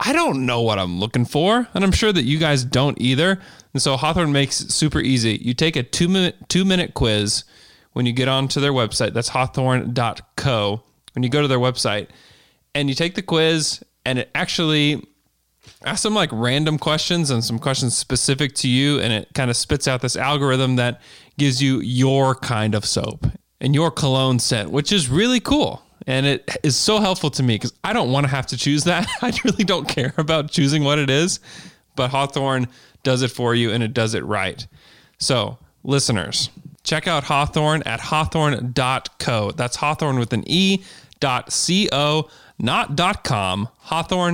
I don't know what I'm looking for, and I'm sure that you guys don't either. And so Hawthorne makes it super easy. You take a two minute two minute quiz when you get onto their website. That's hawthorne.co. When you go to their website and you take the quiz, and it actually ask them like random questions and some questions specific to you and it kind of spits out this algorithm that gives you your kind of soap and your cologne scent which is really cool and it is so helpful to me because i don't want to have to choose that i really don't care about choosing what it is but hawthorne does it for you and it does it right so listeners check out hawthorne at hawthorne.co that's hawthorne with an e dot co not dot com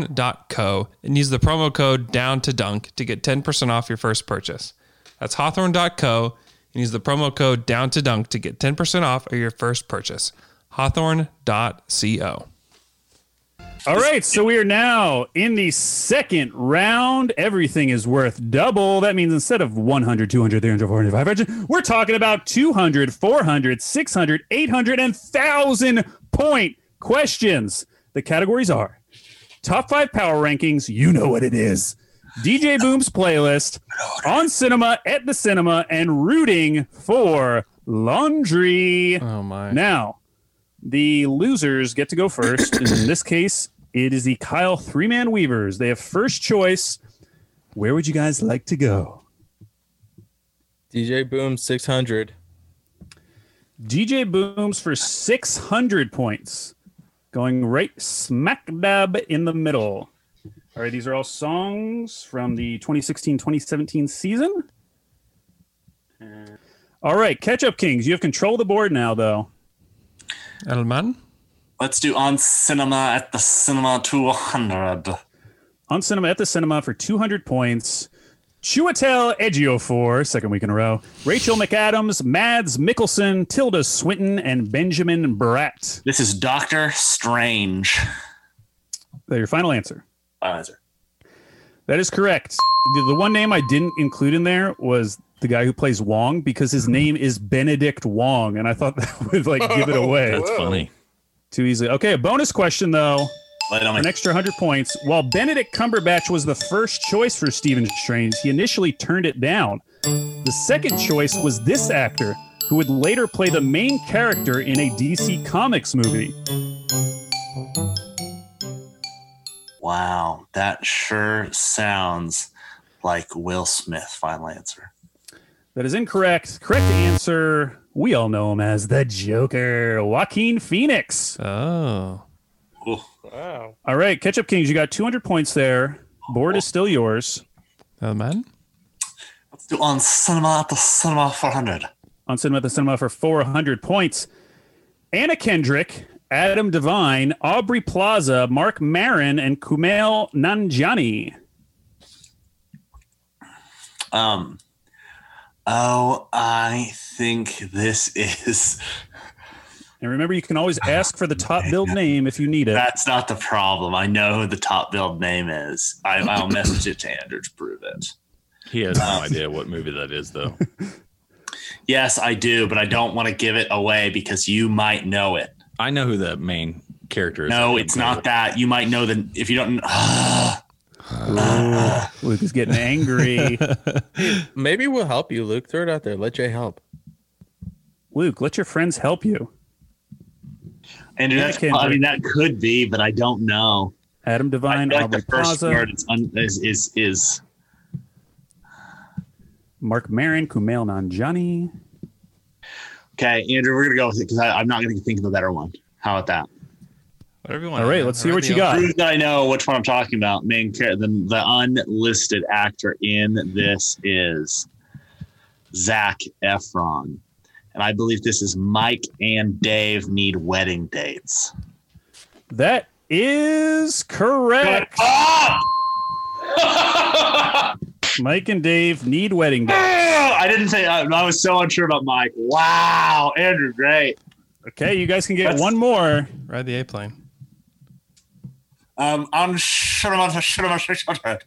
hawthorne.co and use the promo code down to dunk to get 10% off your first purchase that's hawthorne.co and use the promo code down to dunk to get 10% off of your first purchase hawthorne.co All right, so we are now in the second round. Everything is worth double. That means instead of 100, 200, 300, 400, 500, we're talking about 200, 400, 600, 800, and 1,000 point questions. The categories are top five power rankings. You know what it is. DJ Boom's playlist on cinema, at the cinema, and rooting for laundry. oh my Now, the losers get to go first. and in this case, it is the Kyle Three Man Weavers. They have first choice. Where would you guys like to go? DJ Boom 600. DJ Booms for 600 points, going right smack dab in the middle. All right, these are all songs from the 2016 2017 season. All right, Catch Up Kings, you have control of the board now, though. elman Let's do on cinema at the cinema 200. on cinema at the cinema for 200 points. Chiwetel Ejiofor, second week in a row. Rachel McAdams, Mads Mikkelsen, Tilda Swinton, and Benjamin Bratt. This is Doctor Strange. Oh, That your final answer. Final answer. That is correct. The, the one name I didn't include in there was the guy who plays Wong because his name is Benedict Wong, and I thought that would like give it away Oh, That's funny. too easily. Okay, a bonus question though. Lay it on an me. extra 100 points. While Benedict Cumberbatch was the first choice for Stephen Strange, he initially turned it down. The second choice was this actor, who would later play the main character in a DC Comics movie. Wow, that sure sounds like Will Smith. Final answer. That is incorrect. Correct answer. We all know him as the Joker, Joaquin Phoenix. oh Ooh, Wow. All right, Ketchup Kings, you got 200 points there. Board is still yours. elman let's do on cinema at the cinema 400. on Cinema at the Cinema for 400 points. Anna Kendrick, Adam Devine, Aubrey Plaza, Mark Marin, and Kumail Nanjiani. Um, oh, I think this is. And remember, you can always ask for the top build name if you need it. That's not the problem. I know who the top build name is. I, I'll message it to Andrew to prove it. He has no idea what movie that is, though. Yes, I do, but I don't want to give it away because you might know it. I know who the main character is. No, it's not that. You might know the if you don't. Luke is getting angry. Maybe we'll help you, Luke. Throw it out there. Let Jay help. Luke, let your friends help you. Andrew, that's, Kendrick. I mean, that could be, but I don't know. Adam I Devine, feel like Aubrey the first Plaza, word is, un, is, is is Mark Marin, Kumail Nanjiani. okay. Andrew, we're gonna go with it because I'm not gonna think of a better one. How about that? Whatever you want. All right, let's see what you got. Prove that I know which one I'm talking about. Main character, the, the unlisted actor in this is Zach Efron, and I believe this is Mike and Dave need wedding dates. That is correct. Oh, Mike and Dave need wedding day. Oh, I didn't say. I, I was so unsure about Mike. Wow, Andrew, great. Okay, you guys can get That's- one more. Ride the A-plane. Um, I'm sure about sure about sure about.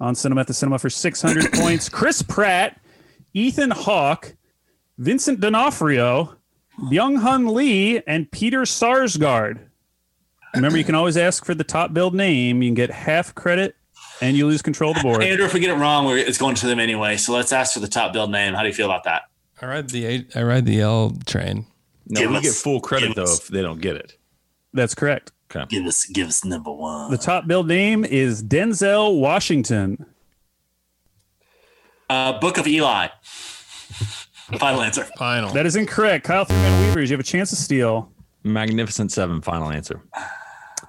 on Cinema at the Cinema for 600 points. Chris Pratt, Ethan Hawke, Vincent D'Onofrio, Byung Hun Lee, and Peter Sarsgaard. Remember, you can always ask for the top build name. You can get half credit and you lose control of the board. Andrew, if we get it wrong, we're, it's going to them anyway. So let's ask for the top build name. How do you feel about that? I ride the A- I ride the L train. No, Give we us- get full credit give though us- if they don't get it. That's correct. Give us, give us number one. The top build name is Denzel Washington. uh, Book of Eli. Final answer. Final. That is incorrect. Kyle Thurman Weavers, you have a chance to steal. Magnificent Seven. Final answer. Is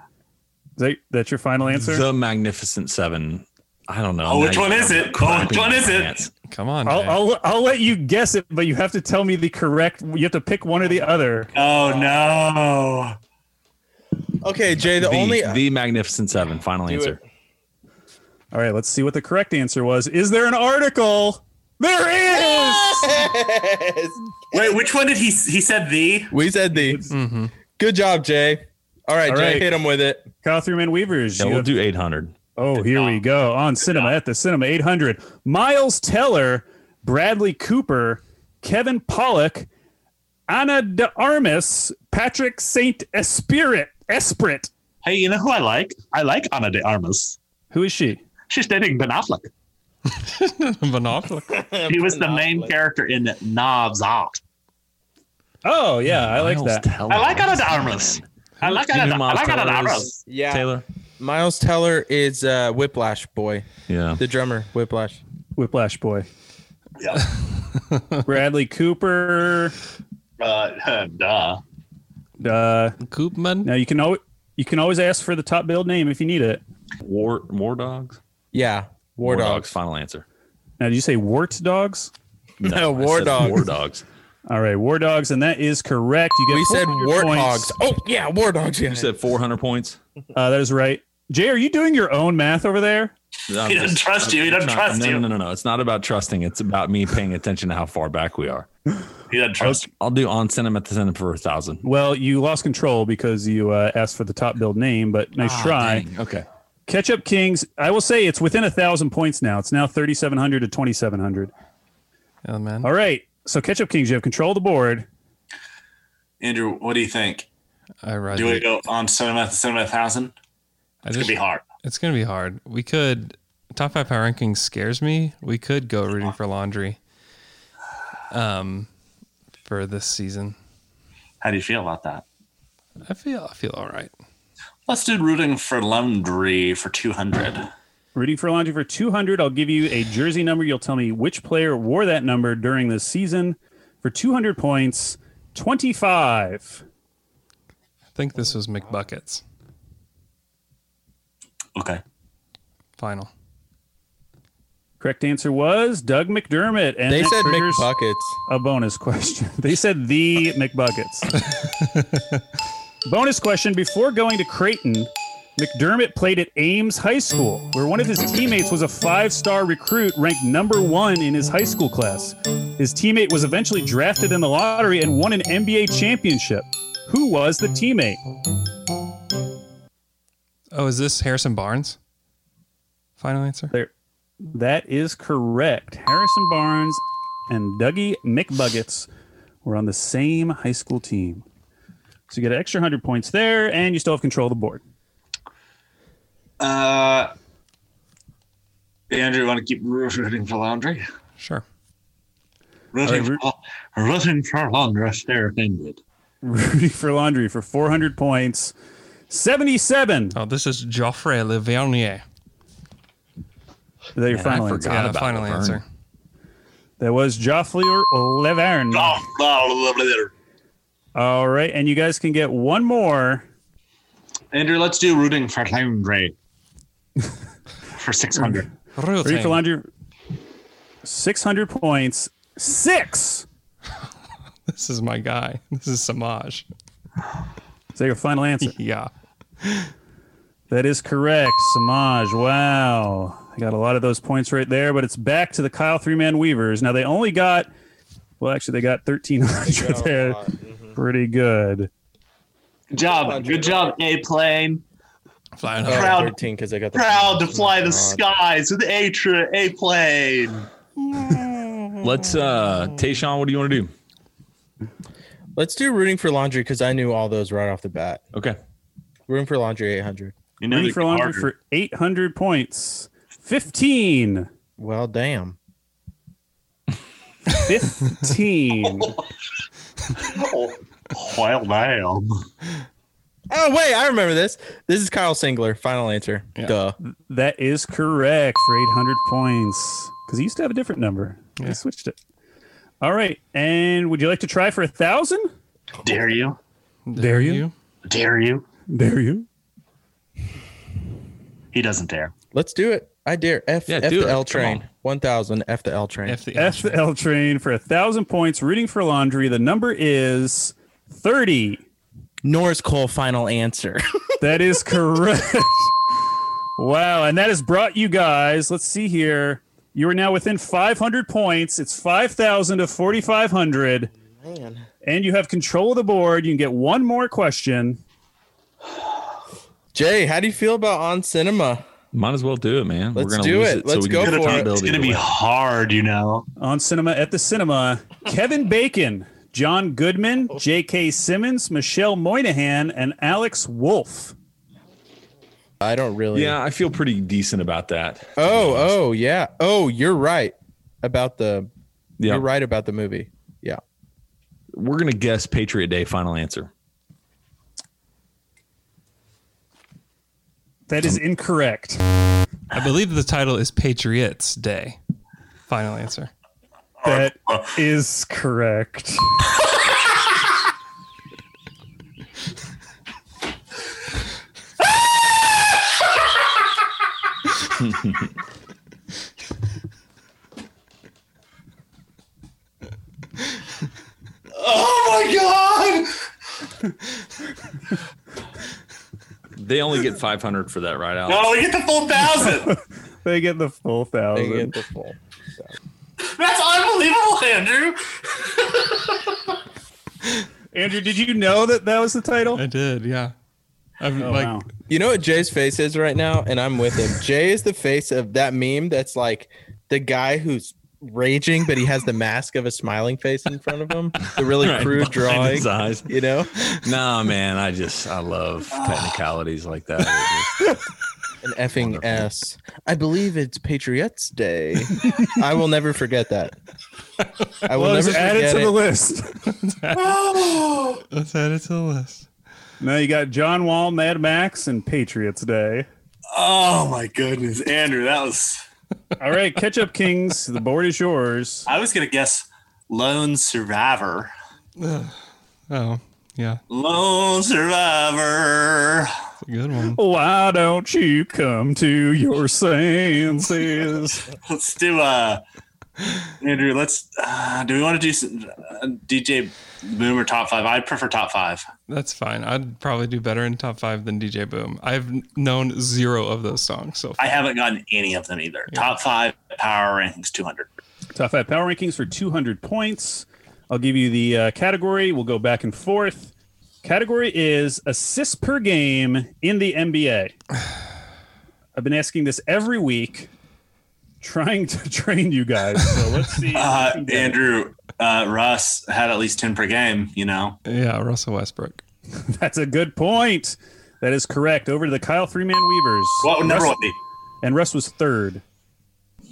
that, that's your final answer? The Magnificent Seven. I don't know. Oh, which Now you one is have it? a Oh, crappy which one is it? chance. Come on. I'll, Jay. I'll, I'll let you guess it, but you have to tell me the correct. You have to pick one or the other. Oh no! Okay, Jay. The, The, only uh, the Magnificent Seven. Final Do answer. All right, let's see what the correct answer was. Is there an article? There is. Wait, which one did he? He said the. we said the. Good job, Jay. Mm-hmm. All right, All Jay, right. hit him with it. Kyle Thurman Weavers. Yeah, you we'll have- do eight hundred. oh, here we go on cinema at the cinema 800. Miles Teller, Bradley Cooper, Kevin Pollock, Anna De Armas, Patrick Saint Esprit. Esprit. Hey, you know who I like? I like Ana de Armas. Who is she? She's dating Ben Affleck. Van Affleck. He was the main character in Knobs Out. Oh yeah, I like that. I like Ana de Armas. I like Ana. know I like Ana de Miles Armas. Yeah, Taylor. Miles Teller is uh, Whiplash boy, Yeah. the drummer. Whiplash. Whiplash Boy. Yeah. Bradley Cooper. Uh, duh. Uh, Koopman. now you can always you can always ask for the top build name if you need it. War War Dogs. Yeah, War, Dogs. Final answer. Now, did you say wart dogs? No, I War said Dogs. War Dogs. All right, war dogs, and that is correct. You get We said 400 warthogs. points. Oh yeah, war dogs. Yeah. You said four hundred points. Uh, that is right. Jay, are you doing your own math over there? I'm He doesn't just- trust you. He doesn't trying- trust no, you. No, no, no, no. It's not about trusting. It's about me paying attention to how far back we are. He doesn't trust you. I'll do on cinema at the cinema for a thousand. Well, you lost control because you uh, asked for the top build name, but Ah, nice try. Okay. Ketchup Kings. I will say it's within a thousand points now. It's now thirty-seven hundred to twenty-seven hundred. Oh, man. All right. So Ketchup Kings, you have control of the board. Andrew, what do you think? I ride. Do we the- go on cinema to cinema thousand? I It's gonna just- be hard. It's gonna be hard. We could top five power rankings scares me. We could go rooting for laundry. Um, for this season, How do you feel about that? I feel I feel all right. Let's do rooting for Laundry for two hundred. Rooting for laundry for two hundred. I'll give you a jersey number. You'll tell me which player wore that number during this season for two hundred points. Twenty-five. I think this was McBuckets Okay. final. Correct answer was Doug McDermott, and They that said triggers McBuckets. A bonus question. They said the McBuckets. Bonus question Before going to Creighton, McDermott played at Ames High School, where one of his teammates was a five star recruit ranked number one in his high school class. His teammate was eventually drafted in the lottery and won an NBA championship. Who was the teammate? Oh, is this Harrison Barnes? Final answer. There, that is correct. Harrison Barnes and Dougie McBuckets were on the same high school team. So you get an extra 100 points there, and you still have control of the board. Uh, Andrew, want to keep rooting for laundry? Sure. Rooting, All right, for, rooting for laundry if they're offended. Rudy for Laundry for 400 points. 77. Oh, this is Geoffrey Lavernier. Is that your Man, I final answer? forgot Yeah, about final Laverne. answer. That was Joffrey Leverne. Oh, blah, blah, blah, blah. All right, and you guys can get one more. Andrew, let's do rooting for laundry for 600. Rudy for Rooting. Laundry, 600 points. Six. This is my guy. This is Samaj. Is that your final answer? Yeah. That is correct, Samaj. Wow. I got a lot of those points right there, but it's back to the Kyle Three Man Weavers. Now, they only got, well, actually, they got Oh, 1,300 there. Mm-hmm. Pretty good. Good job. Good job, A plane. Oh, Flying high. Proud- because Oh, I got the Proud to fly Oh, the skies with A tra- A plane. Let's uh Mm. Tayshawn, what do you want to do? Let's do rooting for laundry because I knew all those right off the bat. Okay. Rooting for laundry 800. You know Rudy they for Laundry harder. for 800 points. 15. Well, damn. 15. Oh, well, damn. Oh wait, I remember this. This is Kyle Singler. Final answer. Yeah. Duh. that is correct for 800 points because he used to have a different number. I switched it. All right. And would you like to try for a 1,000? Dare you? Dare you? Dare you? Dare you? He doesn't dare. Let's do it. I dare. F, Yeah, F do the it. L Come train. on. 1000 F the L train. F the F the L train for a 1,000 points, rooting for laundry. The number is 30. Norris Cole final answer. That is correct. wow. And that has brought you guys, let's see here. You are now within 500 points. It's 5,000 to 4,500. Man. And you have control of the board. You can get one more question. Jay, how do you feel about on cinema? Might as well do it, man. Let's We're gonna do lose it. it. so Let's we go can get for the it. It's ability gonna to be win. hard, you know. on cinema at the cinema kevin bacon john goodman j.k simmons michelle moynihan and alex wolf I don't really. Yeah, I feel pretty decent about that. Oh, oh, yeah. Oh, you're right about the. Yeah, You're right about the movie. Yeah. We're gonna guess Patriot Day final answer. that is incorrect I believe the title is Patriots Day. Final answer. that is correct They only get five hundred for that, right? Alex? Oh, we get the full thousand. they get the full They thousand get the full. That's unbelievable, Andrew. andrew did you know that that was the title I did, yeah. I'm Oh, like, wow. You know what Jay's face is right now, and I'm with him. Jay is the face of that meme that's like the guy who's raging, but he has the mask of a smiling face in front of him. The really Right behind crude drawing. his eyes. You know, Nah, man, I just I love technicalities like that. It just- an effing S. I believe it's Patriots Day. I will never forget that. I will well, it was never added forget to the it. list. let's add it to the list. now you got John Wall, Mad Max, and Patriots Day. Oh my goodness, Andrew, that was. All right, Catch Up Kings, the board is yours. I was gonna guess lone survivor. Oh, yeah. Lone survivor. It's a good one. Why don't you come to your senses? Let's do uh Andrew, let's. Uh, do we want to do some, uh, DJ Boom or top five? I prefer top five. That's fine. I'd probably do better in top five than DJ Boom. I've known zero of those songs so far. I haven't gotten any of them either. Top five power rankings 200. Top five power rankings for 200 points. I'll give you the uh, category. We'll go back and forth. Category is assists per game in the NBA. I've been asking this every week, trying to train you guys. So let's see. Uh, Andrew, uh, Russ had at least 10 per game, you know? Yeah, Russell Westbrook. That's a good point. That is correct. Over to the Kyle Three Man Weavers. Well, number Russ- one. And Russ was third.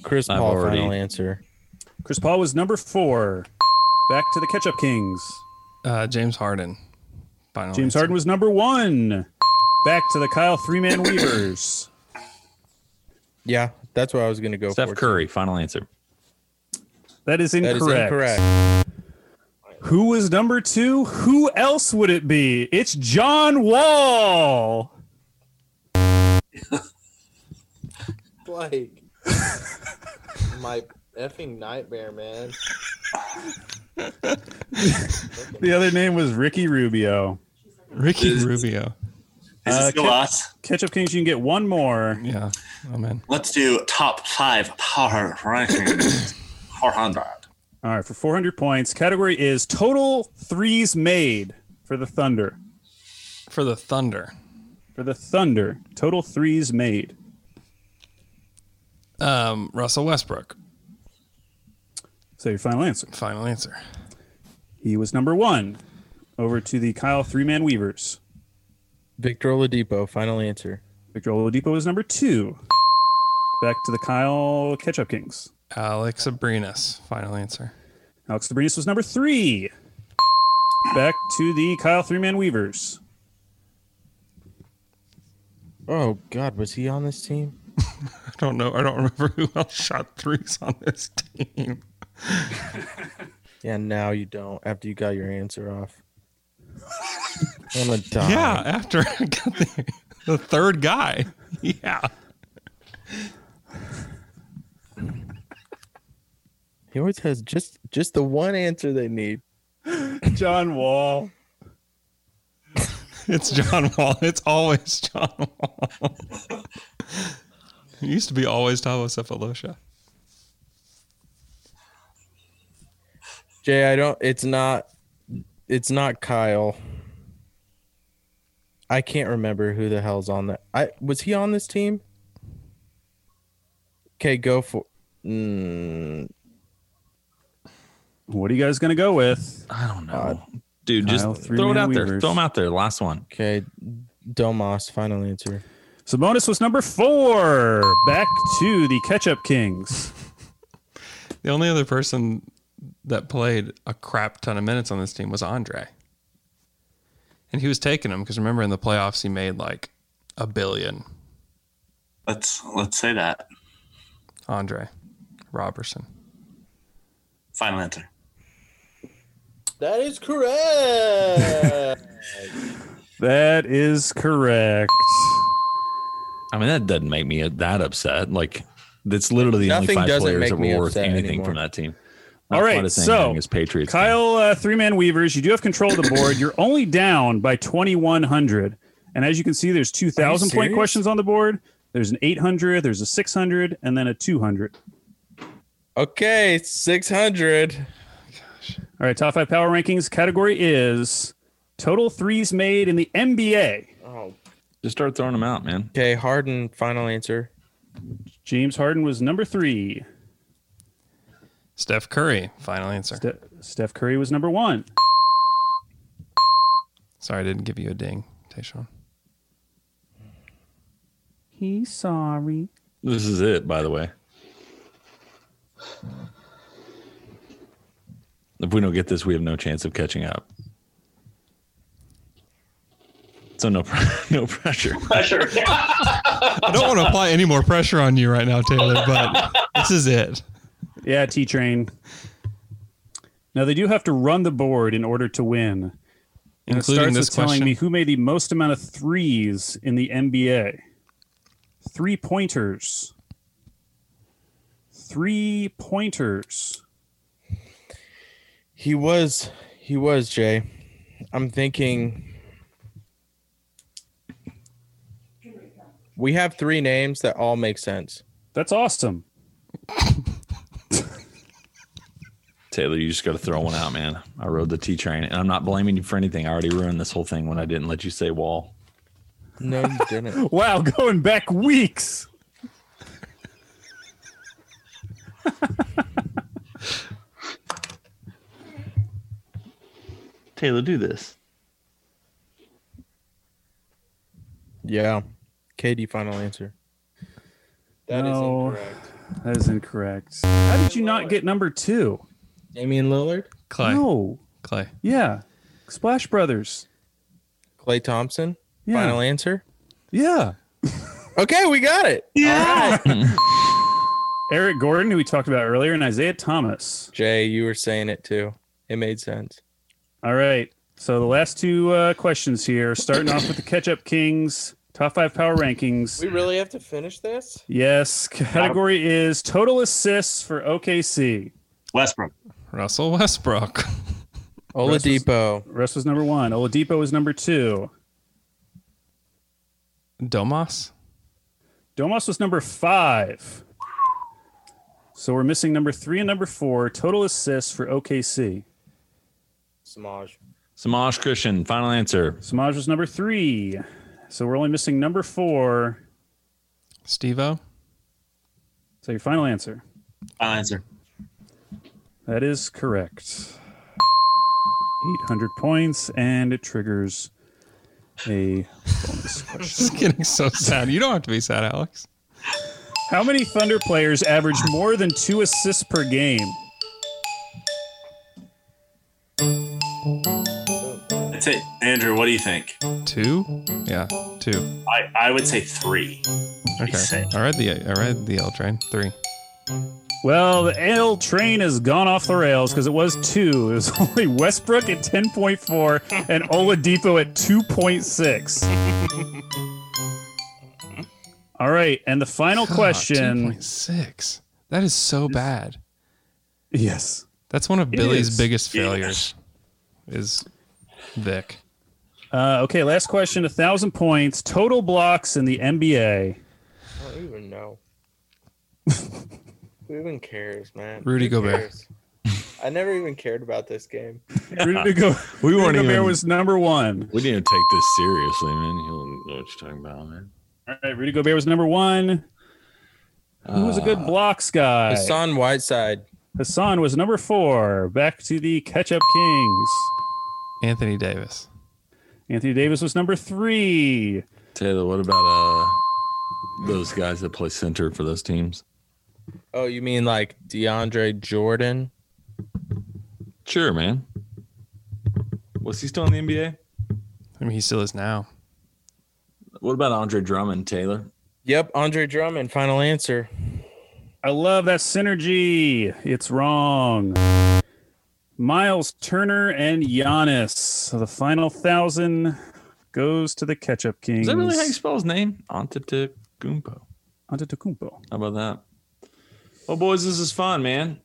Chris I've Paul, already- final answer. Chris Paul was number four. Back to the Catch Up Kings. Uh, James Harden. Final James answer. Harden was number one. Back to the Kyle Three Man Weavers. Yeah, that's what I was going to go Steph for. Curry, final answer. That is That incorrect. is incorrect. Who was number two? Who else would it be? It's John Wall. Like my effing nightmare, man. The other name was Ricky Rubio. Ricky Rubio. Is Uh, it still Kim- us? Catch Up Kings, you can get one more. Yeah. Oh, man. Let's do top five power rankings 400. All right, for 400 points. Category is total threes made for the Thunder. For the Thunder. For the Thunder, total threes made. Um, Russell Westbrook. So your final answer. Final answer. He was number one. Over to the Kyle Three Man Weavers. Victor Oladipo, final answer. Victor Oladipo is number two. Back to the Kyle Ketchup Kings. Alex Abrinas. Final answer. Alex Sabrinas was number three. Back to the Kyle Three Man Weavers. Oh God, was he on this team? I don't know. I don't remember who else shot threes on this team. Yeah, now you don't. After you got your answer off, I'm gonna die. Yeah, after I got the, the third guy. Yeah. He always has just just the one answer they need. John Wall. It's John Wall. It's always John Wall. it used to be always Tavo Cephalosha. Jay, I don't. It's not. It's not Kyle. I can't remember who the hell's on that. I was he on this team? Okay, go for. Mm, What are you guys gonna go with? I don't know. Dude, just Uh, Kyle, throw three-man it out there. weavers. Throw them out there. Last one. okay, Domas, final answer. Sabonis was number four. Back to the Ketchup Kings. The only other person that played a crap ton of minutes on this team was Andre. And he was taking them because remember in the playoffs he made like a billion. Let's let's say that. Andre Robertson. Final answer. That is correct. That is correct. I mean, that doesn't make me that upset. Like, that's literally the Nothing only five doesn't players make that me were worth upset anything anymore. from that team. All right, quite as so, anything as Patriots. fan. Kyle, uh, Three Man Weavers, you do have control of the board. You're only down by 2,100. And as you can see, there's 2,000 point serious? questions on the board. There's an 800, there's a 600, and then a 200. okay, six hundred. All right, top five power rankings category is total threes made in the NBA. Oh, just start throwing them out, man. okay. Harden, final answer. James Harden was number three. Steph Curry, final answer. De- Steph Curry was number one. Sorry, I didn't give you a ding, Tayshawn. He's sorry. This is it, by the way. If we don't get this, we have no chance of catching up. So no, pr- no pressure. Pressure. I don't want to apply any more pressure on you right now, Taylor, but this is it. Yeah, T Train. Now they do have to run the board in order to win. And it Including starts this with telling question. me who made the most amount of threes in the NBA. Three pointers. three pointers. He was, he was Jay. I'm thinking. We have three names that all make sense. That's awesome. Taylor, you just got to throw one out, man. I rode the T train, and I'm not blaming you for anything. I already ruined this whole thing when I didn't let you say wall. No, you didn't. Wow, going back weeks. Taylor, do this. yeah, Katie. Final answer. That is No. incorrect. That is incorrect. How did you not get number two? Damian Lillard, Clay. No. Clay. Yeah. Splash Brothers. Clay Thompson. Yeah. Final answer. Yeah. Okay, we got it. Yeah. Eric Gordon, who we talked about earlier, and Isaiah Thomas. Jay, you were saying it too. It made sense. All right. So the last two uh, questions here, starting off with the Ketchup Kings top five power rankings. really have to finish this? Yes. Category is total assists for OKC. Westbrook. Russell Westbrook. Oladipo. Russ was number one. Oladipo was number two. Domas. Domas was number five. So we're missing number three and number four. Total assists for OKC. Samaj. Samaj Christian, final answer. Samaj was number three. So we're only missing number four. Steve O. So your final answer. Final answer. That is correct. 800 points, and it triggers a. This is getting so sad. You don't have to be sad, Alex. How many Thunder players average more than two assists per game? I'd say, Andrew, what do you think? Two? Yeah, two. I, I would say three. Okay. Same. I read the I read the L train. Three. Well, the L train has gone off the rails because it was two. It was only Westbrook at 10.4 and Oladipo at 2.6. All right, and the final question. Six. That is so bad. Yes. That's one of It Billy's is. biggest failures. Is Vic. Uh, okay, last question. A thousand points total blocks in the NBA. I don't even know. Who even cares, man? Rudy Who Gobert. cares? I never even cared about this game. Rudy Go- We Rudy weren't Gobert even. was number one. we didn't take this seriously, man. You don't know what you're talking about, man. All right, Rudy Gobert was number one. Who was a Uh, good blocks guy? Hassan, Hassan Whiteside. was number four. Back to the Ketchup Kings. Anthony Davis. Anthony Davis was number three. Taylor, what about uh those guys that play center for those teams? Oh, you mean like DeAndre Jordan? Sure, man. Was he still in the NBA? I mean, he still is now. What about Andre Drummond, Taylor? Yep, Andre Drummond. Final answer. I love that synergy. It's wrong. Miles Turner and Giannis. So the final thousand goes to the Ketchup Kings. Is that really how you spell his name? Antetokounmpo. Antetokounmpo. How about that? Well, boys, this is fun, man.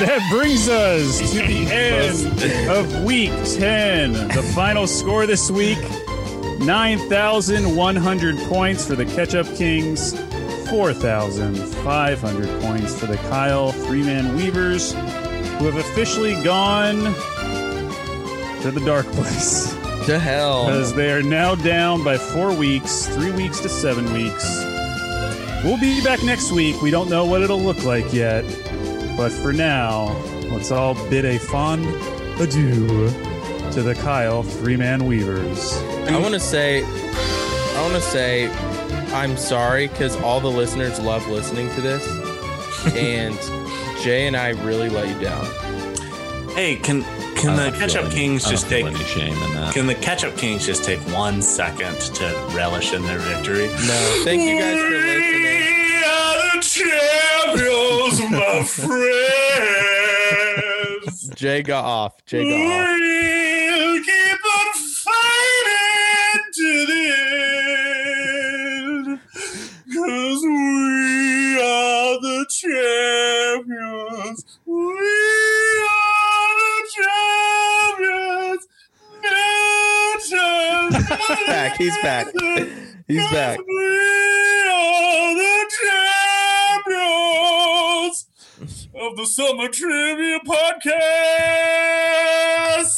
That brings us to the end of week 10. The final score this week 9,100 points for the Ketchup Kings, 4,500 points for the Kyle Three Man Weavers, who have officially gone to the dark place To hell. because they are now down by four weeks, three weeks to seven weeks. We'll be back next week. We don't know what it'll look like yet, but for now, let's all bid a fond adieu to the Kyle Three Man Weavers. I want to say, I want to say, I'm sorry because all the listeners love listening to this, and Jay and I really let you down. Hey, can can Uh, I the don't feel Ketchup any- Kings I don't just feel take any shame in that. can the Ketchup Kings just take one second to relish in their victory? No, thank you guys for listening. We are the champions, my friends. Jay got off. Jay got off. We'll keep on fighting to the end. Cause we are the champions. back. He's back. He's back. of the Summer Trivia Podcast.